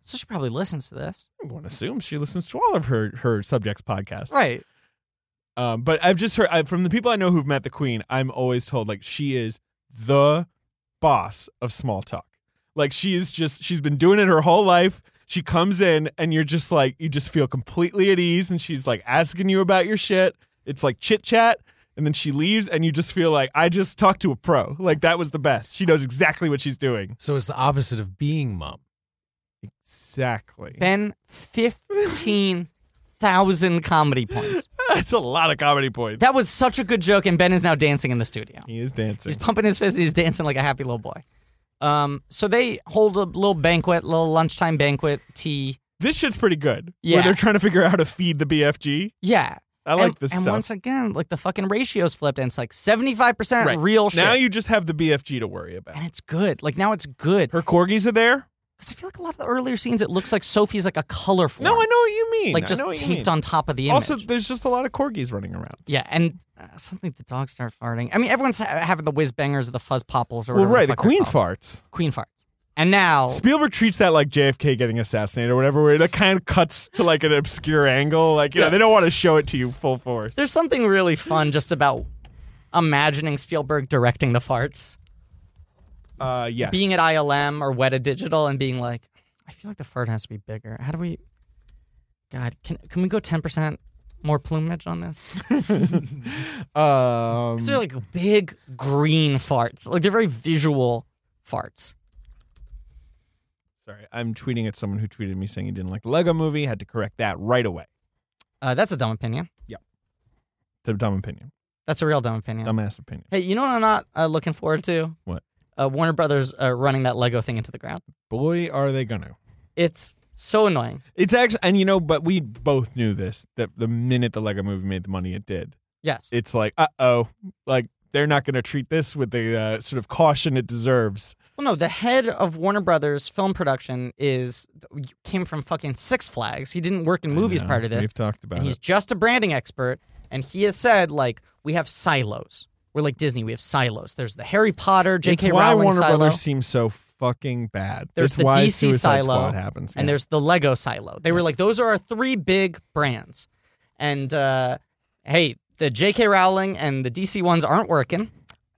S3: So she probably listens to this,
S2: one assumes she listens to all of her her subjects' podcasts,
S3: right?
S2: Um, but I've just heard I, from the people I know who've met the queen. I'm always told like she is the boss of small talk. Like she is just she's been doing it her whole life. She comes in and you're just like you just feel completely at ease, and she's like asking you about your shit. It's like chit chat. And then she leaves, and you just feel like I just talked to a pro. Like that was the best. She knows exactly what she's doing.
S4: So it's the opposite of being mom.
S2: Exactly.
S3: Ben, fifteen thousand comedy points.
S2: That's a lot of comedy points.
S3: That was such a good joke, and Ben is now dancing in the studio.
S2: He is dancing.
S3: He's pumping his fist. and He's dancing like a happy little boy. Um, so they hold a little banquet, little lunchtime banquet tea.
S2: this shit's pretty good.
S3: Yeah.
S2: Where they're trying to figure out how to feed the BFG.
S3: Yeah,
S2: I like
S3: and,
S2: this
S3: And
S2: stuff.
S3: once again, like the fucking ratios flipped, and it's like seventy five percent
S2: Right.
S3: real shit.
S2: now you just have the BFG to worry about.
S3: and it's good. Like now it's good
S2: Her corgis are there.
S3: because I feel like a lot of the earlier scenes, it looks like Sophie's like a color form.
S2: No, I know what you mean.
S3: like
S2: I
S3: just
S2: know what you
S3: taped
S2: mean.
S3: on top of the image.
S2: Also, there's just a lot of corgis running around.
S3: yeah, and uh, suddenly the dogs start farting. I mean, everyone's ha- having the whiz bangers, or the fuzz popples, or
S2: Well,
S3: whatever
S2: right, the
S3: fuck they're
S2: queen
S3: called.
S2: farts.
S3: Queen farts. And now,
S2: Spielberg treats that like JFK getting assassinated or whatever, where it kind of cuts to like an obscure angle. Like, you know, they don't want to show it to you full force.
S3: there's something really fun just about imagining Spielberg directing the farts,
S2: Uh, yes.
S3: being at ILM or Weta Digital, and being like, I feel like the fart has to be bigger. How do we? God, can can we go ten percent more plumage on this?
S2: um,
S3: These are like big green farts. Like they're very visual farts.
S2: sorry, I'm tweeting at someone who tweeted me saying he didn't like the Lego movie. Had to correct that right away.
S3: Uh, that's a dumb opinion.
S2: It's a dumb opinion.
S3: That's a real dumb opinion.
S2: Dumbass opinion.
S3: Hey, you know what I'm not uh, looking forward to?
S2: What?
S3: Uh, Warner Brothers uh, running that Lego thing into the ground.
S2: Boy, are they gonna.
S3: It's so annoying.
S2: It's actually, and you know, but we both knew this that the minute the Lego movie made the money it did,
S3: Yes.
S2: it's like, uh oh, like they're not gonna treat this with the uh, sort of caution it deserves.
S3: Well, no, the head of Warner Brothers film production is came from fucking Six Flags. He didn't work in movies
S2: No,
S3: prior to this.
S2: Uh, We've talked about
S3: and he's
S2: it.
S3: just a branding expert and he has said like we have silos we're like disney we have silos there's the harry potter jk
S2: it's why
S3: rowling
S2: Warner
S3: silo
S2: Brothers seems so fucking bad.
S3: There's
S2: it's
S3: the
S2: why
S3: DC
S2: Suicide
S3: silo,
S2: Squad happens.
S3: and
S2: yeah.
S3: there's the lego silo they were like those are our three big brands and uh hey the jk rowling and the dc ones aren't working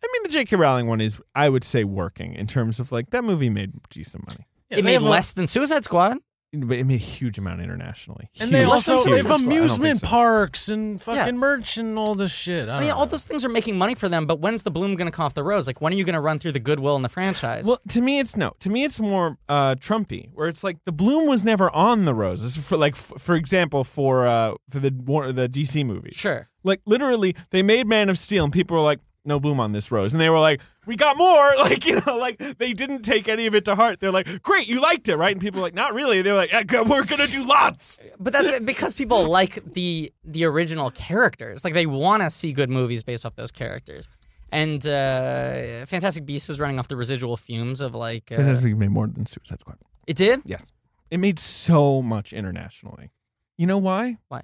S2: I mean, the J.K. Rowling one is, I would say, working in terms of like that movie made decent money.
S4: Yeah,
S3: it
S4: they
S3: made
S4: have a-
S3: less than suicide squad
S2: But it made a huge amount internationally.
S4: And they
S2: Huge,
S4: also
S2: huge.
S4: they have
S2: I don't think
S4: amusement
S2: so.
S4: parks and fucking
S3: Yeah.
S4: merch and all this shit. I,
S3: i mean
S2: Uh-huh.
S4: don't
S3: all
S4: know.
S3: those things are making money for them but when's the bloom gonna come off the rose like when are you gonna run through the goodwill in the franchise
S2: Well, to me, it's no. To me, it's more uh, Trumpy, where it's like the bloom was never on the roses. For like, f- for example, for uh, for the war- the DC movie,
S3: sure
S2: like literally, they made Man of Steel, and people were like, "No bloom on this rose," and they were like, "We got more." [laughs] Like you know, like they didn't take any of it to heart. They're like, "Great, you liked it, right?" And people were like, "Not really." They're like, "Yeah, good, "We're gonna do lots."
S3: But that's it, because
S2: [laughs]
S3: people like the the original characters. Like they want to see good movies based off those characters. And uh, Fantastic Beasts is running off the residual fumes of like uh,
S2: made more than Suicide Squad.
S3: it did.
S2: Yes, it made so much internationally. You know why?
S3: Why?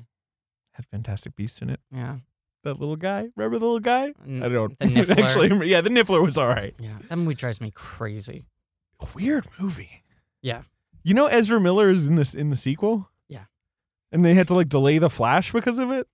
S2: Had Fantastic Beasts in it.
S3: Yeah,
S2: That little guy. Remember the little guy?
S3: N-
S2: I don't
S3: the
S2: [laughs]
S3: Niffler.
S2: actually. remember- Yeah, the Niffler was all right.
S3: yeah. That movie drives me crazy.
S2: Weird movie.
S3: Yeah.
S2: You know Ezra Miller is in this in the sequel.
S3: Yeah.
S2: And they had to like delay the Flash because of it.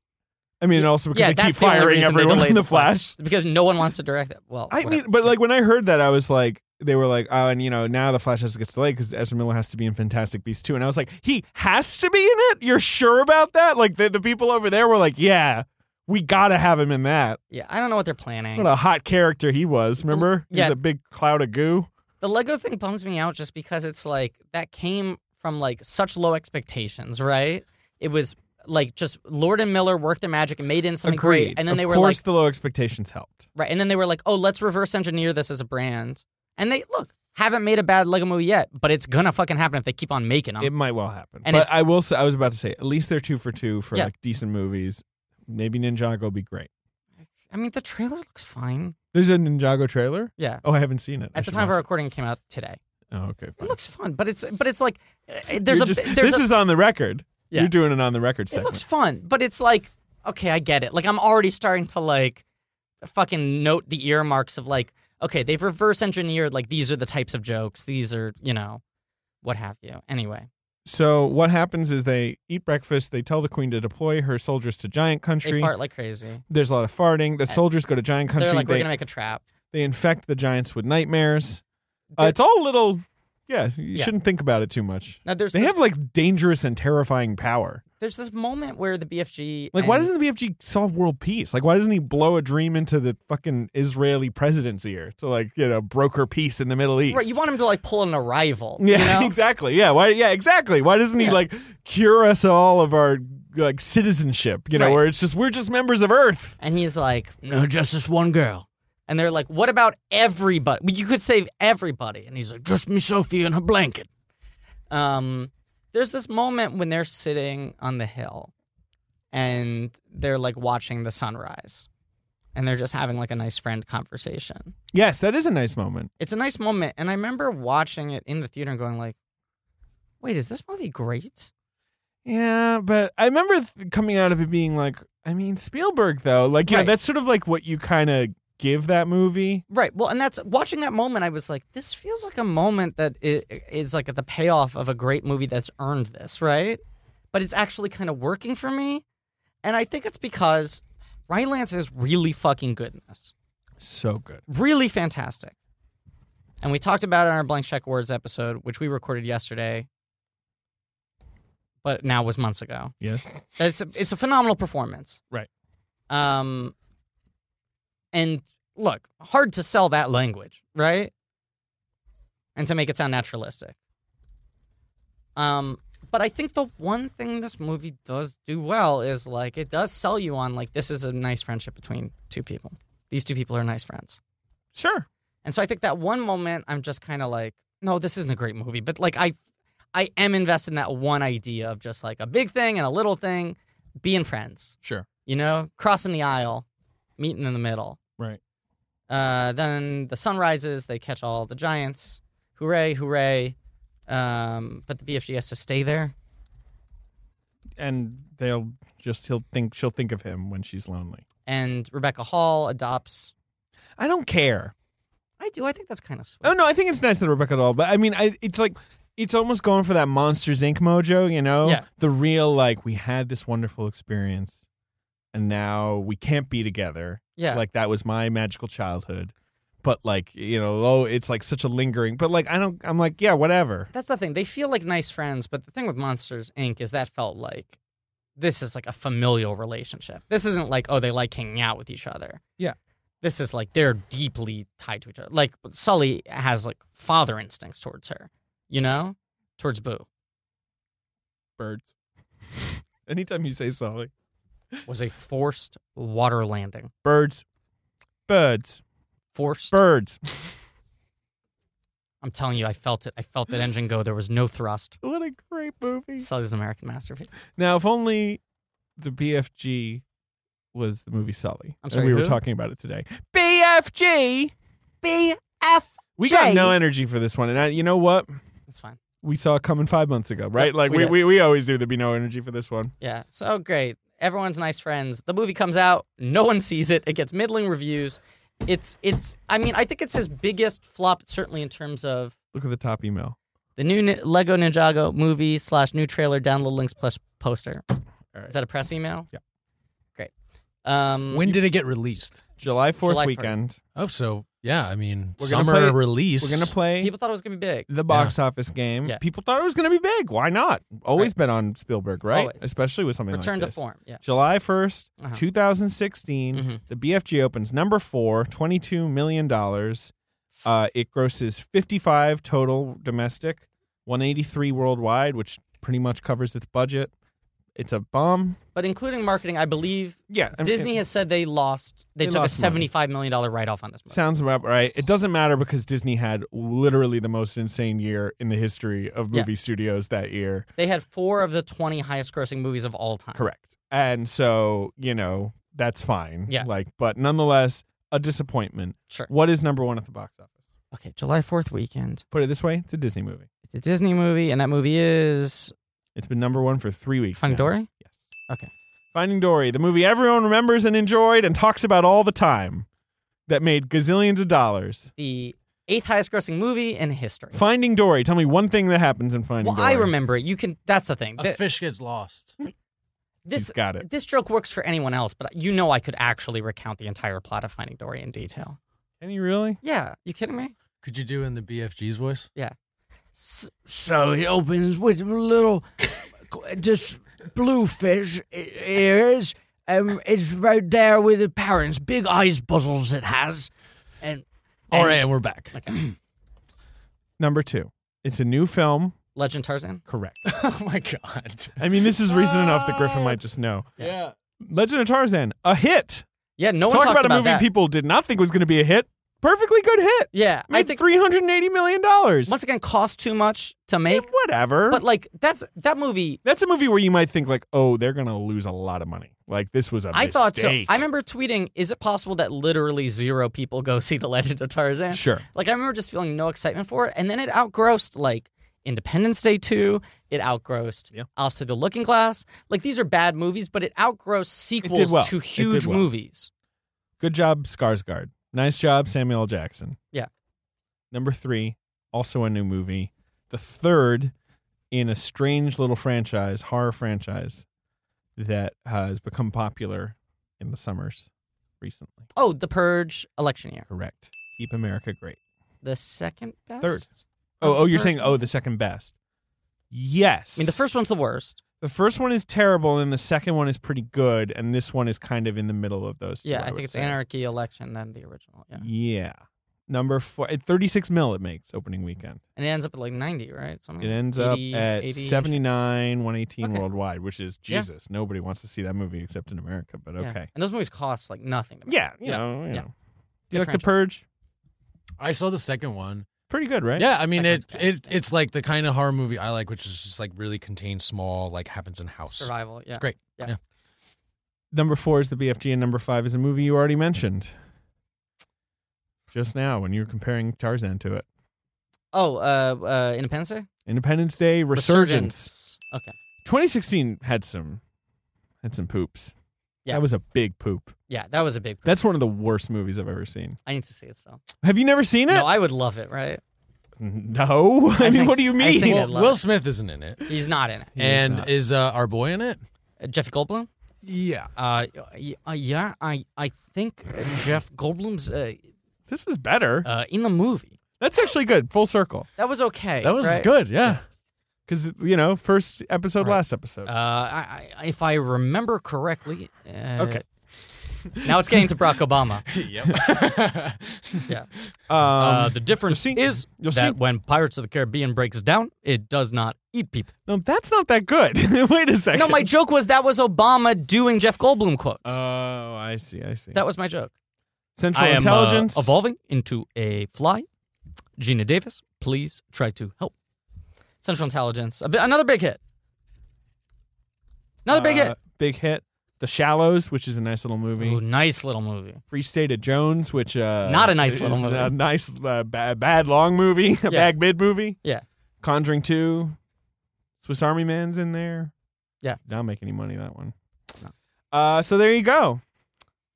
S2: I mean, and also because
S3: yeah,
S2: they keep
S3: that's the only
S2: firing
S3: reason they
S2: everyone in
S3: delayed
S2: the
S3: the
S2: Flash.
S3: because no one wants to direct it. Well,
S2: I mean,
S3: whatever.
S2: but like when I heard that, I was like, they were like, oh, and you know, now the Flash has to get delayed because Ezra Miller has to be in Fantastic Beasts too. And I was like, he has to be in it. You're sure about that? Like the, the people over there were like, yeah, we gotta have him in that.
S3: yeah, I don't know what they're planning.
S2: What a hot character he was. Remember? He was
S3: Yeah.
S2: a big cloud of goo.
S3: The Lego thing bums me out just because it's like that came from like such low expectations, right? It was like just Lord and Miller worked their magic and made in something great, and then
S2: of
S3: they were
S2: course,
S3: like,
S2: the low expectations helped.
S3: right, and then they were like, oh, let's reverse engineer this as a brand, and they look haven't made a bad Lego movie yet, but it's gonna fucking happen if they keep on making them.
S2: It might well happen.
S3: And
S2: but
S3: it's-
S2: I will say, I was about to say, at least they're two for two for
S3: Yeah.
S2: like decent movies. Maybe Ninjago will be great.
S3: I mean, the trailer looks fine.
S2: There's a Ninjago trailer.
S3: Yeah.
S2: Oh, I haven't seen it. I
S3: At the
S2: should
S3: time of our
S2: watch
S3: recording, it came out today.
S2: it. Oh, okay.
S3: It
S2: fine.
S3: looks fun, but it's but it's like uh, there's
S2: You're
S3: a
S2: just-
S3: there's
S2: this
S3: a,
S2: is on the record.
S3: Yeah.
S2: You're doing it on the record
S3: it
S2: segment.
S3: looks fun, but it's like okay, I get it. Like I'm already starting to like fucking note the earmarks of like okay, they've reverse engineered like these are the types of jokes, these are you know what have you. Anyway,
S2: so what happens is they eat breakfast. They tell the queen to deploy her soldiers to giant
S3: they
S2: country.
S3: fart like crazy.
S2: There's a lot of farting. The soldiers go to giant country.
S3: They're like we're
S2: they,
S3: gonna make a trap.
S2: they infect the giants with nightmares. Uh, it's all a little. Yeah, you
S3: Yeah.
S2: shouldn't think about it too much.
S3: Now there's
S2: They
S3: this,
S2: have like dangerous and terrifying power.
S3: there's this moment where the BFG
S2: Like, why
S3: and-
S2: doesn't the BFG solve world peace? Like, why doesn't he blow a dream into the fucking Israeli president's ear to like you know broker peace in the Middle East? [laughs]
S3: right, you want him to like pull an arrival?
S2: yeah,
S3: you
S2: [laughs]
S3: know?
S2: exactly. Yeah, why? Yeah, exactly. Why doesn't he
S3: Yeah.
S2: like cure us all of our like citizenship? You know,
S3: Right.
S2: where it's just we're just members of Earth.
S3: And he's like,
S4: No, just this one girl.
S3: and they're like, what about everybody? You could save everybody. And he's like,
S4: Just me, Sophie, and her blanket.
S3: um, there's this moment when they're sitting on the hill and they're like watching the sunrise and they're just having like a nice friend conversation.
S2: Yes, that is a nice moment.
S3: It's a nice moment. And I remember watching it in the theater and going like, wait, is this movie great?
S2: Yeah, but I remember th- coming out of it being like, I mean Spielberg though. Like, you know,
S3: Right.
S2: that's sort of like what you kind of give that movie.
S3: Right. Well, and that's watching that moment. I was like, this feels like a moment that i- is like at the payoff of a great movie that's earned this, right? But it's actually kind of working for me, and I think it's because Rylance is really fucking good in this,
S2: So good.
S3: really fantastic. And we talked about it on our blank check words episode, which we recorded yesterday, but now was months ago.
S2: Yes.
S3: It's a, it's a phenomenal performance.
S2: Right.
S3: Um and look, hard to sell that language, right? And to make it sound naturalistic. Um but I think the one thing this movie does do well is like it does sell you on like this is a nice friendship between two people. These two people are nice friends.
S2: Sure.
S3: And so I think that one moment I'm just kind of like, no, this isn't a great movie, but like I I am invested in that one idea of just like a big thing and a little thing, being friends,
S2: Sure.
S3: you know, crossing the aisle, meeting in the middle.
S2: Right.
S3: Uh, then the sun rises, they catch all the giants. Hooray, hooray. Um, but the BFG has to stay there.
S2: and they'll just he'll think she'll think of him when she's lonely.
S3: And Rebecca Hall adopts.
S2: I don't care.
S3: I do. I think that's kind of sweet.
S2: Oh no, I think it's nice that Rebecca doll, but I mean, I it's like it's almost going for that Monsters Inc. mojo, you know?
S3: Yeah.
S2: The real like we had this wonderful experience, and now we can't be together.
S3: yeah.
S2: Like that was my magical childhood, but like you know, oh, it's like such a lingering. But like I don't, I'm like yeah, whatever.
S3: That's the thing. They feel like nice friends, but the thing with Monsters Inc. is that felt like this is like a familial relationship. This isn't like, oh, they like hanging out with each other.
S2: Yeah.
S3: This is like they're deeply tied to each other. Like Sully has like father instincts towards her, you know? Towards Boo.
S2: Birds. [laughs] Anytime you say Sully,
S3: Was a forced water landing.
S2: birds, birds,
S3: Forced.
S2: birds.
S3: I'm telling you, I felt it. I felt that engine go. There was no thrust.
S2: What a great movie.
S3: Sully's an American masterpiece.
S2: Now, if only the BFG was the movie Sully.
S3: I'm
S2: And
S3: sorry,
S2: we were
S3: who?
S2: talking about it today. BFG.
S3: BF.
S2: We got no energy for this one, and I, you know what?
S3: That's fine.
S2: We saw it coming five months ago, right?
S3: Yep,
S2: like
S3: we
S2: we,
S3: did.
S2: we, we always do. There'd be no energy for this one.
S3: Yeah, so oh, great. Everyone's nice friends. The movie comes out, no one sees it. It gets middling reviews. It's it's. I mean, I think it's his biggest flop, certainly in terms of
S2: Look at the top email.
S3: the new Ni- Lego Ninjago movie slash new trailer. Download links plus poster.
S2: All right.
S3: Is that a press email?
S2: Yeah.
S3: Great. Um,
S4: When did it get released?
S2: July Fourth
S3: July 4th.
S2: weekend.
S4: Oh, so yeah, I mean,
S2: We're gonna
S4: summer
S2: play-
S4: release.
S2: We're gonna play
S3: people thought it was gonna be big.
S2: the box office game.
S3: Yeah.
S2: People thought it was gonna be big. Why not? Always been on Spielberg, right?
S3: Always.
S2: Especially with something
S3: Return
S2: like
S3: to
S2: this.
S3: form. Yeah.
S2: July 1st,
S3: Uh-huh.
S2: 2016,
S3: Mhm.
S2: the BFG opens number four, $22 million. Uh, it grosses 55 total domestic, 183 worldwide, which pretty much covers its budget. it's a bomb.
S3: But including marketing, I believe
S2: Yeah, I mean,
S3: Disney
S2: it
S3: has said they lost. They,
S2: They
S3: took
S2: lost
S3: a
S2: money.
S3: seventy-five million dollar write-off on this movie.
S2: sounds about right. It doesn't matter because Disney had literally the most insane year in the history of
S3: Yeah.
S2: movie studios that year.
S3: They had four of the twenty highest-grossing movies of all time.
S2: Correct. And so, you know, that's fine.
S3: Yeah.
S2: Like, but nonetheless, a disappointment.
S3: Sure.
S2: What is number one at the box office?
S3: Okay, July Fourth weekend.
S2: Put it this way, it's a Disney movie.
S3: It's a Disney movie, and that movie is
S2: It's been number one for three weeks.
S3: Finding
S2: now.
S3: Dory.
S2: Yes.
S3: Okay.
S2: Finding Dory, the movie everyone remembers and enjoyed and talks about all the time, that made gazillions of dollars.
S3: The eighth highest-grossing movie in history.
S2: Finding Dory. Tell me one thing that happens in Finding
S3: well,
S2: Dory.
S3: I remember it. You can. That's the thing.
S4: A
S3: Th-
S4: fish gets lost.
S2: He's
S3: this
S2: got it.
S3: this joke works for anyone else, but you know I could actually recount the entire plot of Finding Dory in detail.
S2: Can you really?
S3: Yeah, you kidding me?
S4: Could you do in the BFG's voice?
S3: S-
S5: So he opens with a little [coughs] this blue fish i- ears. Um, it's right there with the parents. Big eyes puzzles it has. And
S4: All right, and we're back.
S2: Number two. It's a new film. [laughs]
S3: Legend Tarzan.
S2: Correct.
S4: oh my god.
S2: I mean, this is reason enough that Griffin might just know.
S4: Yeah.
S2: Legend of Tarzan, a hit.
S3: Yeah, no one
S2: Talk
S3: talks
S2: about, a movie
S3: that.
S2: people did not think was going to be a hit. Perfectly good hit.
S3: Yeah, I
S2: Made
S3: think
S2: three hundred and eighty million dollars.
S3: once again cost too much to make,
S2: Whatever.
S3: but like that's that movie.
S2: That's a movie where you might think like, oh, they're going to lose a lot of money. Like this was a
S3: I thought so.
S2: mistake.
S3: I remember tweeting, "Is it possible that literally zero people go [laughs] see The Legend of Tarzan?"
S2: Sure.
S3: Like I remember just feeling no excitement for it, and then it outgrossed like Independence Day two. It outgrossed
S2: Yeah.
S3: Alice Through the Looking Glass. Like these are bad movies, but it outgrossed sequels
S2: well.
S3: to
S2: It did
S3: huge
S2: well.
S3: movies.
S2: Good job, Skarsgård. Nice job, Samuel L. Jackson.
S3: Yeah.
S2: Number three, also a new movie. The third in a strange little franchise, horror franchise, that has become popular in the summers recently.
S3: Oh, The Purge, Election Year,
S2: Correct. Keep America great.
S3: the second best.
S2: Third. Oh, oh, you're
S3: First
S2: saying oh,
S3: one.
S2: the second best. Yes.
S3: I mean, the first one's the worst.
S2: the first one is terrible, and the second one is pretty good, and this one is kind of in the middle of those. two,
S3: Yeah, I,
S2: would
S3: think it's
S2: say.
S3: Anarchy, Election, then the original. Yeah.
S2: Yeah. Number four, at 36 mil it makes opening weekend.
S3: And it ends up at like 90, right? Something
S2: It
S3: like
S2: ends
S3: 80,
S2: up at
S3: 80 -ish.
S2: 79, 118
S3: Okay.
S2: worldwide, which is
S3: Yeah.
S2: Jesus. Nobody wants to see that movie except in America, but
S3: Yeah.
S2: okay.
S3: And those movies cost like nothing. To make.
S2: Yeah, you
S3: Yeah.
S2: know, you
S3: Yeah.
S2: know. Do
S3: Good
S2: you like The
S3: franchise.
S2: Purge?
S4: I saw the second one.
S2: Pretty good, right?
S4: Yeah, I mean it,
S3: Second's bad.
S4: it it's like the kind of horror movie I like, which is just like really contained, small, like happens in house.
S3: Survival. Yeah.
S4: It's great.
S3: Yeah.
S4: yeah.
S2: Number four is the BFG, and number five is a movie you already mentioned just now when you were comparing Tarzan to it.
S3: Oh, uh, uh, Independence Day?
S2: Independence Day Resurgence.
S3: Okay.
S2: 2016 had some had some poops.
S3: Yeah.
S2: That was a big poop.
S3: Yeah, that was a big.
S2: That's one of the worst movies I've ever seen.
S3: I need to see it still.
S2: Have you never seen it?
S3: No, I would love it, right?
S2: [laughs] No. I, mean,
S3: think-
S2: what do you
S3: I
S2: mean?
S3: think
S4: Well,
S3: I'd love
S4: Will
S3: it.
S4: Smith isn't in it,
S3: He's not in it.
S2: He is
S4: and
S2: not.
S4: is uh, our boy in it?
S3: Uh, Jeffy Goldblum?
S4: Yeah.
S3: Uh, y- uh, yeah, I, I think uh, Jeff Goldblum's uh,
S2: this is better.
S3: uh, in the movie.
S2: That's actually good. Full circle.
S3: That was okay.
S4: That was
S3: right?
S4: good. Yeah.
S2: Because, you know, first episode,
S3: Right.
S2: last episode.
S3: Uh, I, I, if I remember correctly. Uh,
S2: Okay.
S3: now it's getting to Barack
S2: [laughs]
S3: Obama. [laughs]
S2: um,
S3: uh, the difference
S2: you'll see-
S3: is
S2: you'll
S3: that
S2: see-
S3: when Pirates of the Caribbean breaks down, it does not eat people.
S2: no, that's not that good. [laughs] Wait a second.
S3: No, my joke was that was Obama doing Jeff Goldblum quotes.
S2: Oh, I see. I see.
S3: that was my joke.
S2: Central
S3: I am uh,
S2: Intelligence.
S3: evolving into a fly. Gina Davis, please try to help. Central Intelligence, a bi- another big hit. Another big
S2: Uh,
S3: hit.
S2: Big hit. The Shallows, which is a nice little movie.
S3: Ooh, nice little movie.
S2: Free State of Jones, which uh,
S3: Oh, Not a nice
S2: is
S3: little movie.
S2: A nice uh, bad, bad long movie, [laughs] a
S3: Yeah.
S2: bad mid movie.
S3: Yeah.
S2: Conjuring Two, Swiss Army Man's in there.
S3: Yeah.
S2: did not make any money that one. Uh, so there you go.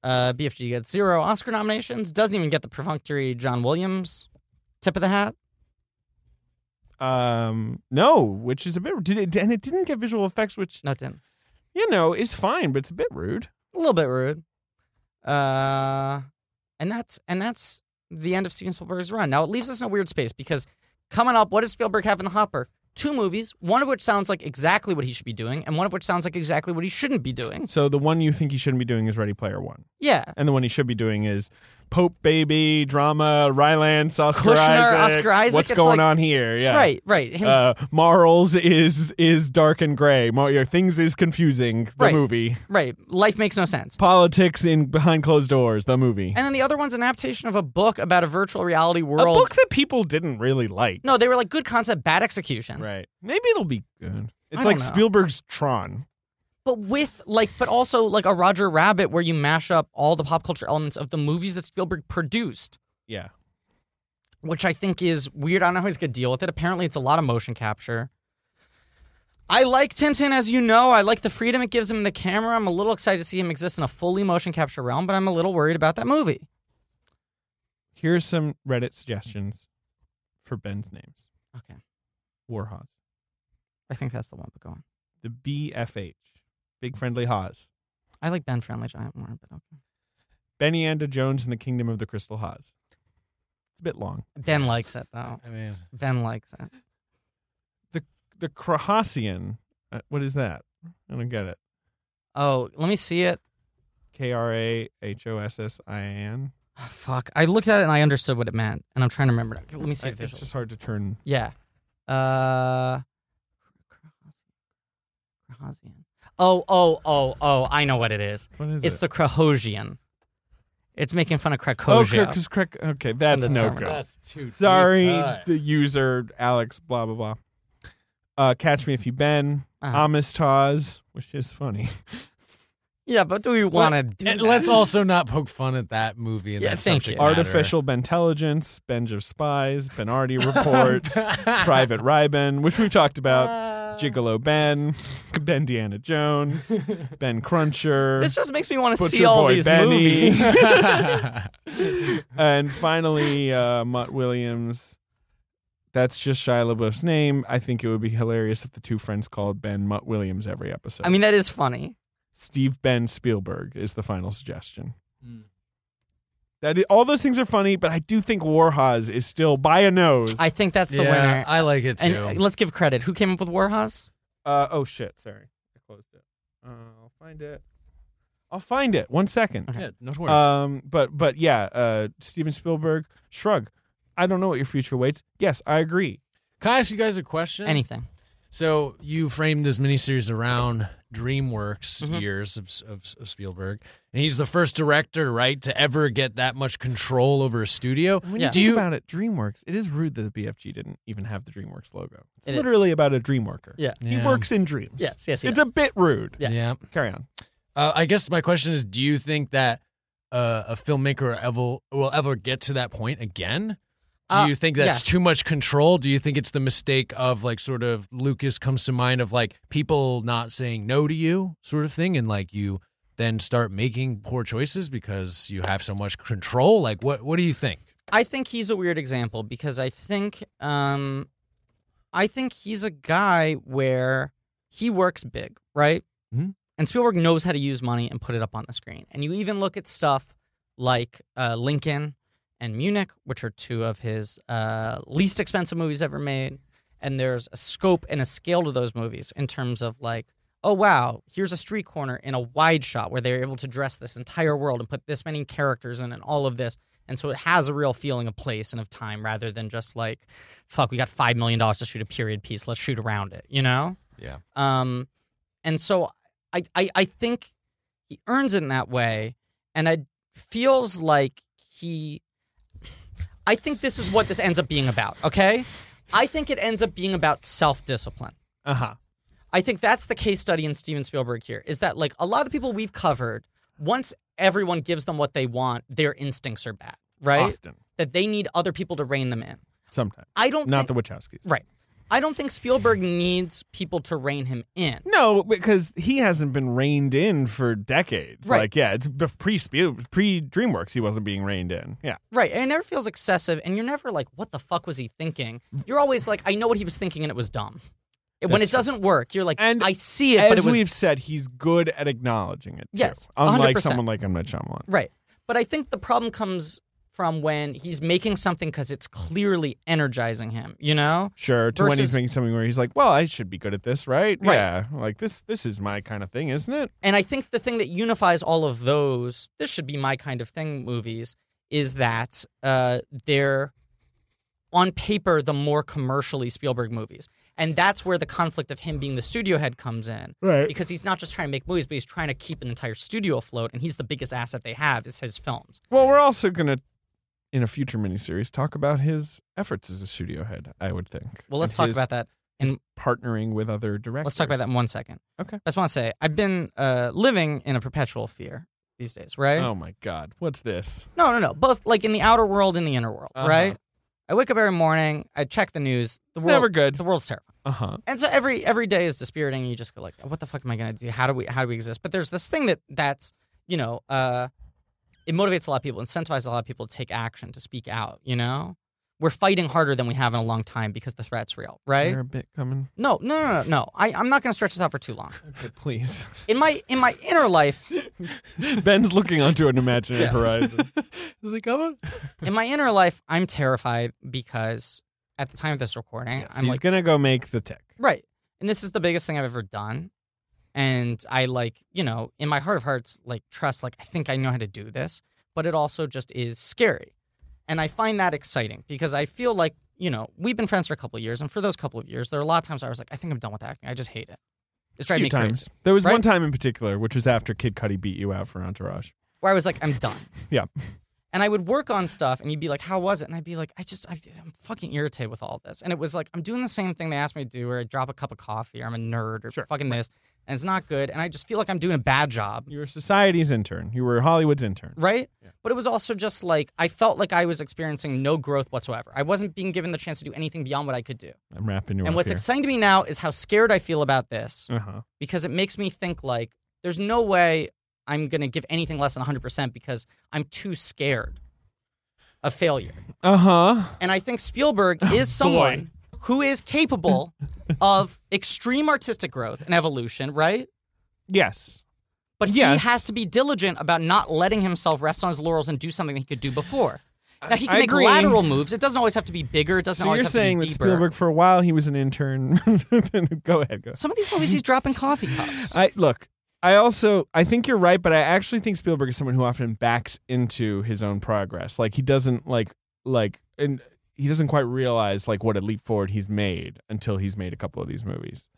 S3: Uh, BFG gets zero Oscar nominations. Doesn't even get the perfunctory John Williams tip of the hat.
S2: Um, no, which is a bit did it, and it didn't get visual effects, which
S3: No, it didn't.
S2: you know is fine, but it's a bit rude.
S3: a little bit rude. Uh, and that's and that's the end of Steven Spielberg's run. Now it leaves us in a weird space because coming up, what does Spielberg have in the hopper? Two movies, one of which sounds like exactly what he should be doing, and one of which sounds like exactly what he shouldn't be doing.
S2: So the one you think he shouldn't be doing is Ready Player One,
S3: Yeah,
S2: and the one he should be doing is Pope baby drama, Ryland, Oscar
S3: Kushner,
S2: Isaac.
S3: Oscar Isaac,
S2: What's
S3: it's
S2: going
S3: like-
S2: on here? Yeah.
S3: Right, right. Him-
S2: Uh, Marls is is dark and gray. Mar- your things is confusing. The
S3: Right.
S2: movie.
S3: right. Life makes no sense.
S2: Politics in behind closed doors. The movie.
S3: And then the other one's an adaptation of a book about a virtual reality world.
S2: a book that people didn't really like.
S3: No, they were like good concept, bad execution.
S2: Right. Maybe it'll be good. It's
S3: don't
S2: like
S3: know.
S2: Spielberg's Tron.
S3: But with like, but also like a Roger Rabbit where you mash up all the pop culture elements of the movies that Spielberg produced,
S2: Yeah.
S3: which I think is weird. I don't know how he's gonna deal with it. Apparently, it's a lot of motion capture. I like Tintin, as you know. I like the freedom it gives him in the camera. I'm a little excited to see him exist in a fully motion capture realm, but I'm a little worried about that movie.
S2: Here are some Reddit suggestions for Ben's names.
S3: Okay,
S2: Warhaz.
S3: I think that's the one. But go on.
S2: The BFH. Big Friendly Haas.
S3: I like Ben Friendly Giant more, but okay.
S2: Benny Anda Jones and the Kingdom of the Crystal Haas. It's a bit long.
S3: Ben likes it though.
S4: I mean,
S3: Ben likes it.
S2: The Krahasian. Uh, what is that? I don't get it.
S3: Oh, let me see it.
S2: K R A H O S S I A N.
S3: Oh, fuck. I looked at it and I understood what it meant, and I'm trying to remember. it. Let me see it
S2: It's
S3: visually.
S2: just hard to turn.
S3: Yeah. Uh. Krahosian. Oh, oh, oh, oh! I know what it is.
S2: What is
S3: it's
S2: it?
S3: the Krahosian. It's making fun of
S2: oh,
S3: Krakosia.
S2: Kirk is correct. Okay, that's
S3: the
S2: no
S3: terminal.
S2: good.
S4: that's too
S2: Sorry,
S4: deep cut.
S2: the user Alex. Blah blah blah. Uh, catch me if you Ben.
S3: Uh-huh.
S2: Amistaz, which is funny.
S3: yeah, but do we want to do
S4: And
S3: that?
S4: let's also not poke fun at that movie and
S3: Yeah,
S4: that
S3: thank
S4: subject
S3: you.
S4: matter. [laughs]
S2: Artificial Bentelligence, Benj of Spies, Benardi
S3: [laughs]
S2: Report, Private Ryben, which we've talked about.
S3: Uh.
S2: Gigolo Ben, [laughs] Ben Deanna Jones, Ben Cruncher,
S3: This just makes me want to
S2: Butcher
S3: see all
S2: Boy
S3: these
S2: Benny.
S3: movies.
S2: [laughs] and finally uh, Mutt Williams. That's just Shia LaBeouf's name. I think it would be hilarious if the two friends called Ben Mutt Williams every episode.
S3: I mean, that is funny.
S2: Steve Ben Spielberg is the final suggestion. That i- all those things are funny, but I do think Warhaz is still by a nose.
S3: I think that's the
S4: yeah,
S3: winner.
S4: I like it too.
S3: and uh, let's give credit. Who came up with Warhaz?
S2: uh, oh shit! Sorry, I closed it. Uh, I'll find it. I'll find it. One second.
S4: yeah, no worries.
S3: uh,
S2: Um, but but yeah, uh, Steven Spielberg, shrug. I don't know what your future waits. Yes, I agree.
S4: Can I ask you guys a question?
S3: Anything.
S4: So you framed this miniseries around DreamWorks
S3: Mm-hmm.
S4: years of, of, of Spielberg, and he's the first director, right, to ever get that much control over a studio.
S2: When
S3: Yeah.
S2: you
S4: Do
S2: think
S4: you?
S2: about it, DreamWorks. It is rude that the BFG didn't even have the DreamWorks logo. It's
S3: It is.
S2: literally about a dream worker.
S3: Yeah.
S2: He
S4: Yeah.
S2: works in dreams.
S3: Yes, yes,
S2: It's
S3: yes.
S2: a bit rude.
S3: Yeah.
S4: yeah.
S2: Carry on.
S4: Uh, I guess my question is: Do you think that uh, a filmmaker ever will ever get to that point again? Do
S3: Uh,
S4: you think that's
S3: yes.
S4: too much control? Do you think it's the mistake of like sort of Lucas comes to mind of like people not saying no to you sort of thing, and like you then start making poor choices because you have so much control? Like, what what do you think?
S3: I think he's a weird example because I think um I think he's a guy where he works big, right?
S4: Mhm.
S3: And Spielberg knows how to use money and put it up on the screen. And you even look at stuff like uh, Lincoln and Munich, which are two of his uh, least expensive movies ever made. And there's a scope and a scale to those movies in terms of like, oh wow, here's a street corner in a wide shot where they're able to dress this entire world and put this many characters in and all of this. And so it has a real feeling of place and of time rather than just like, fuck, we got $5 million to shoot a period piece. Let's shoot around it, you know?
S4: Yeah.
S3: Um, and so I, I, I think he earns it in that way. And it feels like he, I think this is what this ends up being about, okay? I think it ends up being about self discipline.
S2: Uh huh.
S3: I think that's the case study in Steven Spielberg here is that like a lot of the people we've covered, once everyone gives them what they want, their instincts are bad, right?
S2: Often,
S3: That they need other people to rein them in.
S2: sometimes,
S3: I don't
S2: not
S3: think,
S2: the Wachowskis.
S3: right. I don't think Spielberg needs people to rein him in.
S2: No, because he hasn't been reined in for decades.
S3: Right.
S2: Like, yeah, pre pre DreamWorks, he wasn't being reined in. Yeah,
S3: Right. And it never feels excessive and you're never like, what the fuck was he thinking? You're always like, I know what he was thinking and it was dumb. when it
S2: That's true.
S3: doesn't work, you're like,
S2: And
S3: I see it,
S2: as
S3: but it was
S2: we've said, he's good at acknowledging it. too.
S3: Yes,
S2: unlike
S3: 100%.
S2: someone like M Night Shyamalan.
S3: Right. But I think the problem comes from when he's making something because it's clearly energizing him, you know?
S2: Sure, to when he's
S3: Versus-
S2: making something where he's like, "Well, I should be good at this, right?
S3: Right.
S2: Yeah, like this. This is my kind of thing, isn't it?
S3: And I think the thing that unifies all of those, this should be my kind of thing movies, is that uh, they're on paper the more commercially Spielberg movies. And that's where the conflict of him being the studio head comes in.
S2: Right.
S3: Because he's not just trying to make movies, but he's trying to keep an entire studio afloat, and he's the biggest asset they have is his films.
S2: Well, we're also gonna, in a future miniseries, talk about his efforts as a studio head. I would think.
S3: Well, let's talk about that. And
S2: partnering with other directors.
S3: let's talk about that in one second.
S2: Okay.
S3: I just want to say I've been uh, living in a perpetual fear these days, right?
S2: Oh my God, what's this?
S3: No, no, no. Both like in the outer world and the inner world,
S2: Uh-huh.
S3: right? I wake up every morning, I check the news. The
S2: It's
S3: world,
S2: never good.
S3: The world's terrible.
S2: Uh huh.
S3: And so every every day is dispiriting. You just go like, what the fuck am I gonna do? How do we how do we exist? But there's this thing that that's you know, uh, it motivates a lot of people, incentivizes a lot of people to take action, to speak out. You know, we're fighting harder than we have in a long time because the threat's real, right?
S2: You're a bit coming.
S3: No, no, no, no, no. I I'm not gonna stretch this out for too long.
S2: Okay, please.
S3: In my in my inner life,
S2: [laughs] Ben's looking onto an imaginary horizon.
S3: [laughs]
S4: Is it coming?
S3: in my inner life, I'm terrified because at the time of this recording, I'm
S2: he's
S3: like,
S2: gonna go make the tech.
S3: right. And this is the biggest thing I've ever done. And I like, you know, in my heart of hearts, like trust, like I think I know how to do this, but it also just is scary. And I find that exciting because I feel like, you know, we've been friends for a couple of years. And for those couple of years, there are a lot of times I was like, I think I'm done with acting. I just hate it. It's driving
S2: Few
S3: me
S2: times.
S3: crazy.
S2: There was
S3: Right?
S2: one time in particular, which was after Kid Cudi beat you out for Entourage.
S3: Where I was like, I'm done.
S2: [laughs] Yeah.
S3: And I would work on stuff, and you'd be like, "How was it?" And I'd be like, "I just, I, I'm fucking irritated with all this." And it was like, I'm doing the same thing they asked me to do, where I drop a cup of coffee, or I'm a nerd, or fucking this, and it's not good. And I just feel like I'm doing a bad job,
S2: You were society's intern. You were Hollywood's intern.
S3: right? But it was also just like I felt like I was experiencing no growth whatsoever. I wasn't being given the chance to do anything beyond what I could do.
S2: I'm wrapping you
S3: and
S2: up
S3: what's
S2: here.
S3: exciting to me now is how scared I feel about this
S2: uh-huh.
S3: because it makes me think like there's no way I'm gonna give anything less than 100 percent because I'm too scared of failure.
S2: Uh-huh.
S3: And I
S2: [laughs]
S3: think Spielberg
S2: Oh,
S3: is someone who is capable of extreme artistic growth and evolution, right?
S2: Yes.
S3: But
S2: Yes.
S3: he has to be diligent about not letting himself rest on his laurels and do something he could do before. Now he can
S2: I
S3: make
S2: agree.
S3: lateral moves. It doesn't always have to be bigger. It doesn't
S2: So
S3: always
S2: you're
S3: have
S2: saying that
S3: to be deeper.
S2: Spielberg for a while he was an intern. [laughs] go ahead, go.
S3: Some of these movies he's dropping coffee
S2: [laughs]
S3: cups.
S2: I look, I also I think you're right, but I actually think Spielberg is someone who often backs into his own progress. Like he doesn't like like and he doesn't quite realize like what a leap forward he's made until he's made a couple of these movies.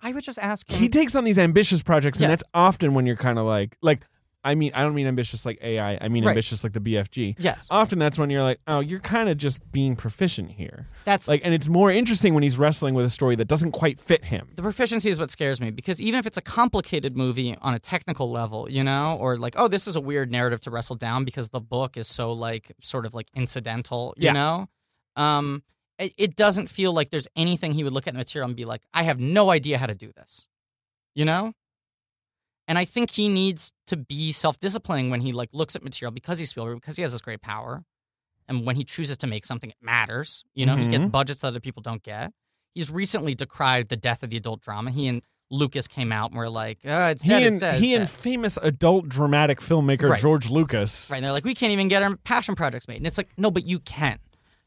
S3: I would just ask him.
S2: he takes on these ambitious projects, and
S3: Mm-hmm. Yeah.
S2: that's often when you're kind of like, like, I mean, I don't mean ambitious like AI. I mean
S3: Right.
S2: ambitious like the BFG.
S3: yes,
S2: Often that's when you're like, oh, you're kind of just being proficient here.
S3: that's
S2: Like, and it's more interesting when he's wrestling with a story that doesn't quite fit him.
S3: the proficiency is what scares me because even if it's a complicated movie on a technical level, you know, or like, oh, this is a weird narrative to wrestle down because the book is so like sort of like incidental, you
S2: Yeah.
S3: know, um, it, it doesn't feel like there's anything he would look at the material and be like, I have no idea how to do this, you know. And I think he needs to be self-disciplining when he like looks at material because he's Spielberg because he has this great power, and when he chooses to make something, it matters. You know, he gets
S2: Mhm.
S3: budgets that other people don't get he's recently decried the death of the adult drama. He and Lucas came out and were like, oh, it's
S2: He
S3: dead,
S2: and
S3: it's dead, it's
S2: he and
S3: dead."
S2: famous adult dramatic filmmaker
S3: Right.
S2: George Lucas.
S3: right, and they're like, we can't even get our passion projects made. And it's like, no, but you can.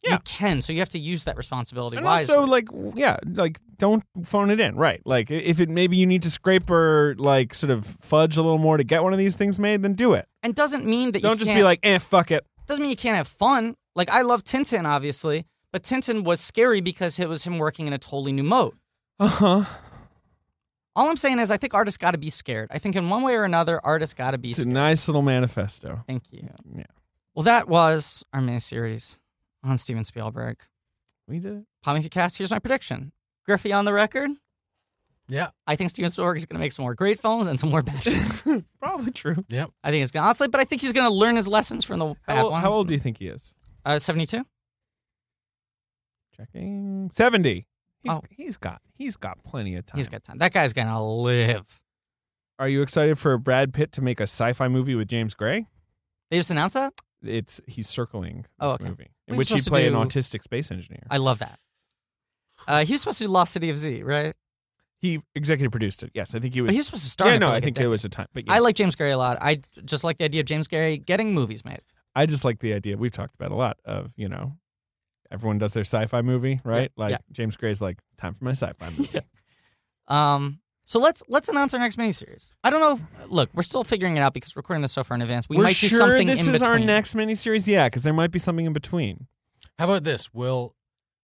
S2: Yeah.
S3: You can. So you have to use that responsibility
S2: And
S3: wisely.
S2: also, like, w- yeah, like, don't phone it in, right? Like, i- if it maybe you need to scrape or like sort of fudge a little more to get one of these things made, then do it.
S3: and doesn't mean that you
S2: Don't just be
S3: can't-
S2: like, eh, fuck it.
S3: doesn't mean you can't have fun. Like I love Tintin, obviously, but Tintin was scary because it was him working in a totally new mode.
S2: Uh huh.
S3: All I'm saying is I think artists gotta be scared. I think in one way or another, artists gotta be
S2: It's a
S3: scared.
S2: nice little manifesto.
S3: Thank you.
S2: Yeah.
S3: Well, that was our miniseries on Steven Spielberg.
S2: We did it.
S3: Pommy Cast, here's my prediction. Griffey on the record.
S4: Yeah.
S3: I think Steven Spielberg is going to make some more great films and some more
S2: [laughs]
S3: bad films.
S2: Probably true.
S4: Yep.
S3: I think it's going to oscillate, but I think he's going to learn his lessons from the bad
S2: How, ol-
S3: ones.
S2: how old do you think he is?
S3: Uh, 72?
S2: Checking. 70. He's,
S3: Oh.
S2: he's got he's got plenty of time.
S3: He's got time. That guy's going to live.
S2: Are you excited for Brad Pitt to make a sci-fi movie with James Gray?
S3: They just announced that?
S2: It's he's circling this
S3: Oh, okay.
S2: movie
S3: We
S2: in
S3: were
S2: which he
S3: supposed to
S2: play an
S3: do-
S2: autistic space engineer.
S3: I love that. Uh, he was supposed to do Lost City of Z, right?
S2: he executive produced it. Yes, I think he was.
S3: But he was supposed to start
S2: yeah,
S3: it
S2: no,
S3: for
S2: I
S3: like a
S2: think
S3: decade.
S2: there was a time. But yeah,
S3: I like James Gray a lot. I just like the idea of James Gray getting movies made.
S2: I just like the idea we've talked about a lot of you know, everyone does their sci-fi movie, right?
S3: Yeah,
S2: like
S3: yeah. [laughs]
S2: James Gray's like time for my sci-fi movie.
S3: Um, So let's let's announce our next miniseries. I don't know. If, look, we're still figuring it out because we're recording this so far in advance. We
S2: We're
S3: might do
S2: sure
S3: something
S2: this
S3: in
S2: is
S3: between.
S2: our next miniseries. Yeah, because there might be something in between.
S4: How about this? We'll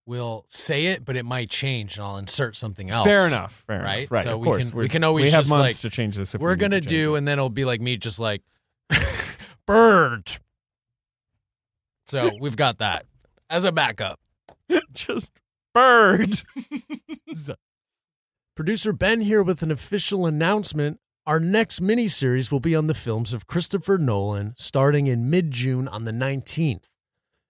S4: we'll say it, but it might change, and I'll insert something else.
S2: Fair enough. Fair
S4: Right?
S2: enough. Right.
S4: So
S2: of
S4: we
S2: course,
S4: can-
S2: we're-
S4: we can always
S2: we have
S4: just,
S2: months
S4: like,
S2: to change this. If we
S4: We're
S2: need
S4: gonna
S2: to change
S4: do,
S2: it.
S4: and then it'll be like me, just like [laughs] bird. So we've got that as a backup.
S2: [laughs] just bird.
S4: Producer Ben here with an official announcement. Our next miniseries will be on the films of Christopher Nolan, starting in mid June on the 19th.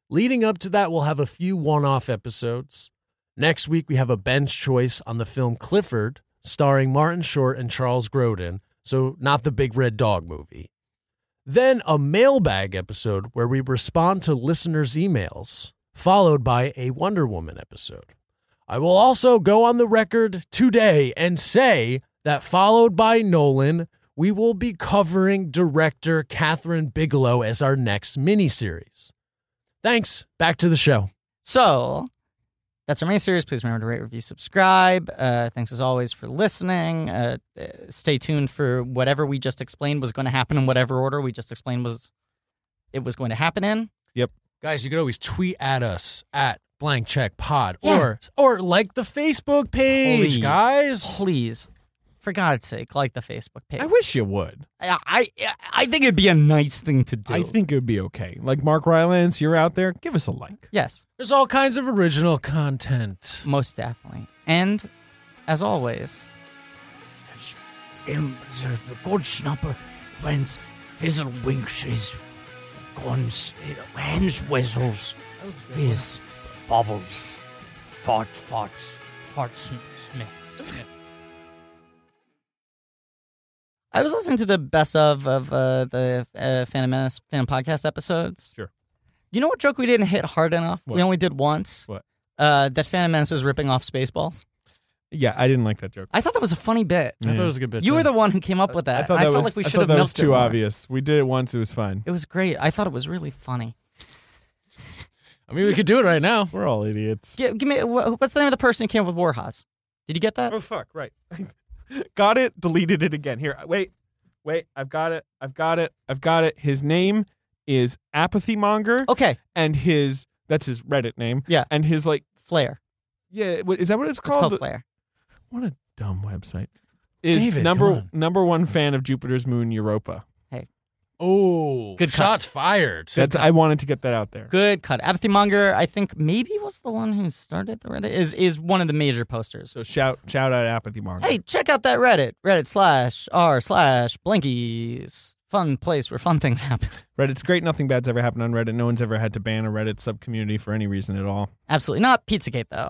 S4: Leading up to that, we'll have a few one off episodes. Next week, we have a Ben's choice on the film Clifford, starring Martin Short and Charles Grodin, so not the Big Red Dog movie. Then a mailbag episode where we respond to listeners' emails, followed by a Wonder Woman episode. I will also go on the record today and say that followed by Nolan, we will be covering director Catherine Bigelow as our next miniseries. Thanks. Back to the show.
S3: So that's our main series. Please remember to rate, review, subscribe. Uh, thanks as always for listening. Uh, uh, stay tuned for whatever we just explained was going to happen in whatever order we just explained was it was going to happen in.
S4: Guys, you could always tweet at us at blank check pod
S3: Yeah.
S4: or or like the Facebook page,
S3: Please.
S4: guys.
S3: Please, for God's sake, like the Facebook page.
S2: I wish you would.
S3: I I, I think it'd be a nice thing to do.
S2: I think it would be okay. Like Mark Rylance, you're out there. Give us a like.
S3: yes,
S4: There's all kinds of original content.
S3: most definitely. And as always,
S5: Film, the, the good snapper, whence fizzle winks his guns, hens whistles, fizz bubbles, fart farts, farts and sniff.
S3: I was listening to the best of of uh, the uh, Phantom Menace Phantom podcast episodes.
S2: Sure.
S3: You know what joke we didn't hit hard enough?
S2: What?
S3: We only did once.
S2: What?
S3: Uh, that Phantom Menace is ripping off Spaceballs.
S2: Yeah, I didn't like that joke.
S3: I thought that was a funny bit.
S4: I thought it was a good bit.
S3: You
S4: too.
S3: were the one who came up with that.
S2: I thought that
S3: Uh,
S2: was,
S3: felt like we
S2: I
S3: should
S2: thought
S3: have
S2: that was
S3: milked it
S2: too
S3: more.
S2: obvious. We did it once. It was fine.
S3: It was great. I thought it was really funny.
S4: I mean, we could do it right now.
S2: We're all idiots.
S3: Give, give me wh- what's the name of the person who came up with Warhaz? Did you get that?
S2: Oh fuck!
S3: [laughs]
S2: Right. got it. Deleted it again. Here. uh, Wait. Wait. I've got it. I've got it. I've got it. His name is Apathy Monger,
S3: Okay,
S2: and his that's his Reddit name.
S3: Oh. Yeah.
S2: And his like
S3: Flair.
S2: yeah. What, is that what it's
S3: It's
S2: called?
S3: called Flair.
S2: What a dumb website. Is
S4: David, come
S2: number
S4: on.
S2: number one fan of Jupiter's moon Europa.
S4: Oh,
S3: Good cut.
S4: shots fired.
S2: That's I wanted to get that out there.
S3: Good cut. Apathy Monger, I think maybe was the one who started the Reddit. Is is one of the major posters.
S2: So shout shout out Apathy Monger.
S3: Hey, check out that Reddit. Reddit slash r slash blinkies. Fun place where fun things [laughs] happen.
S2: Reddit's great. Nothing bad's ever happened on Reddit. No one's ever had to ban a Reddit subcommunity for any reason at all.
S3: Absolutely not Pizzagate though.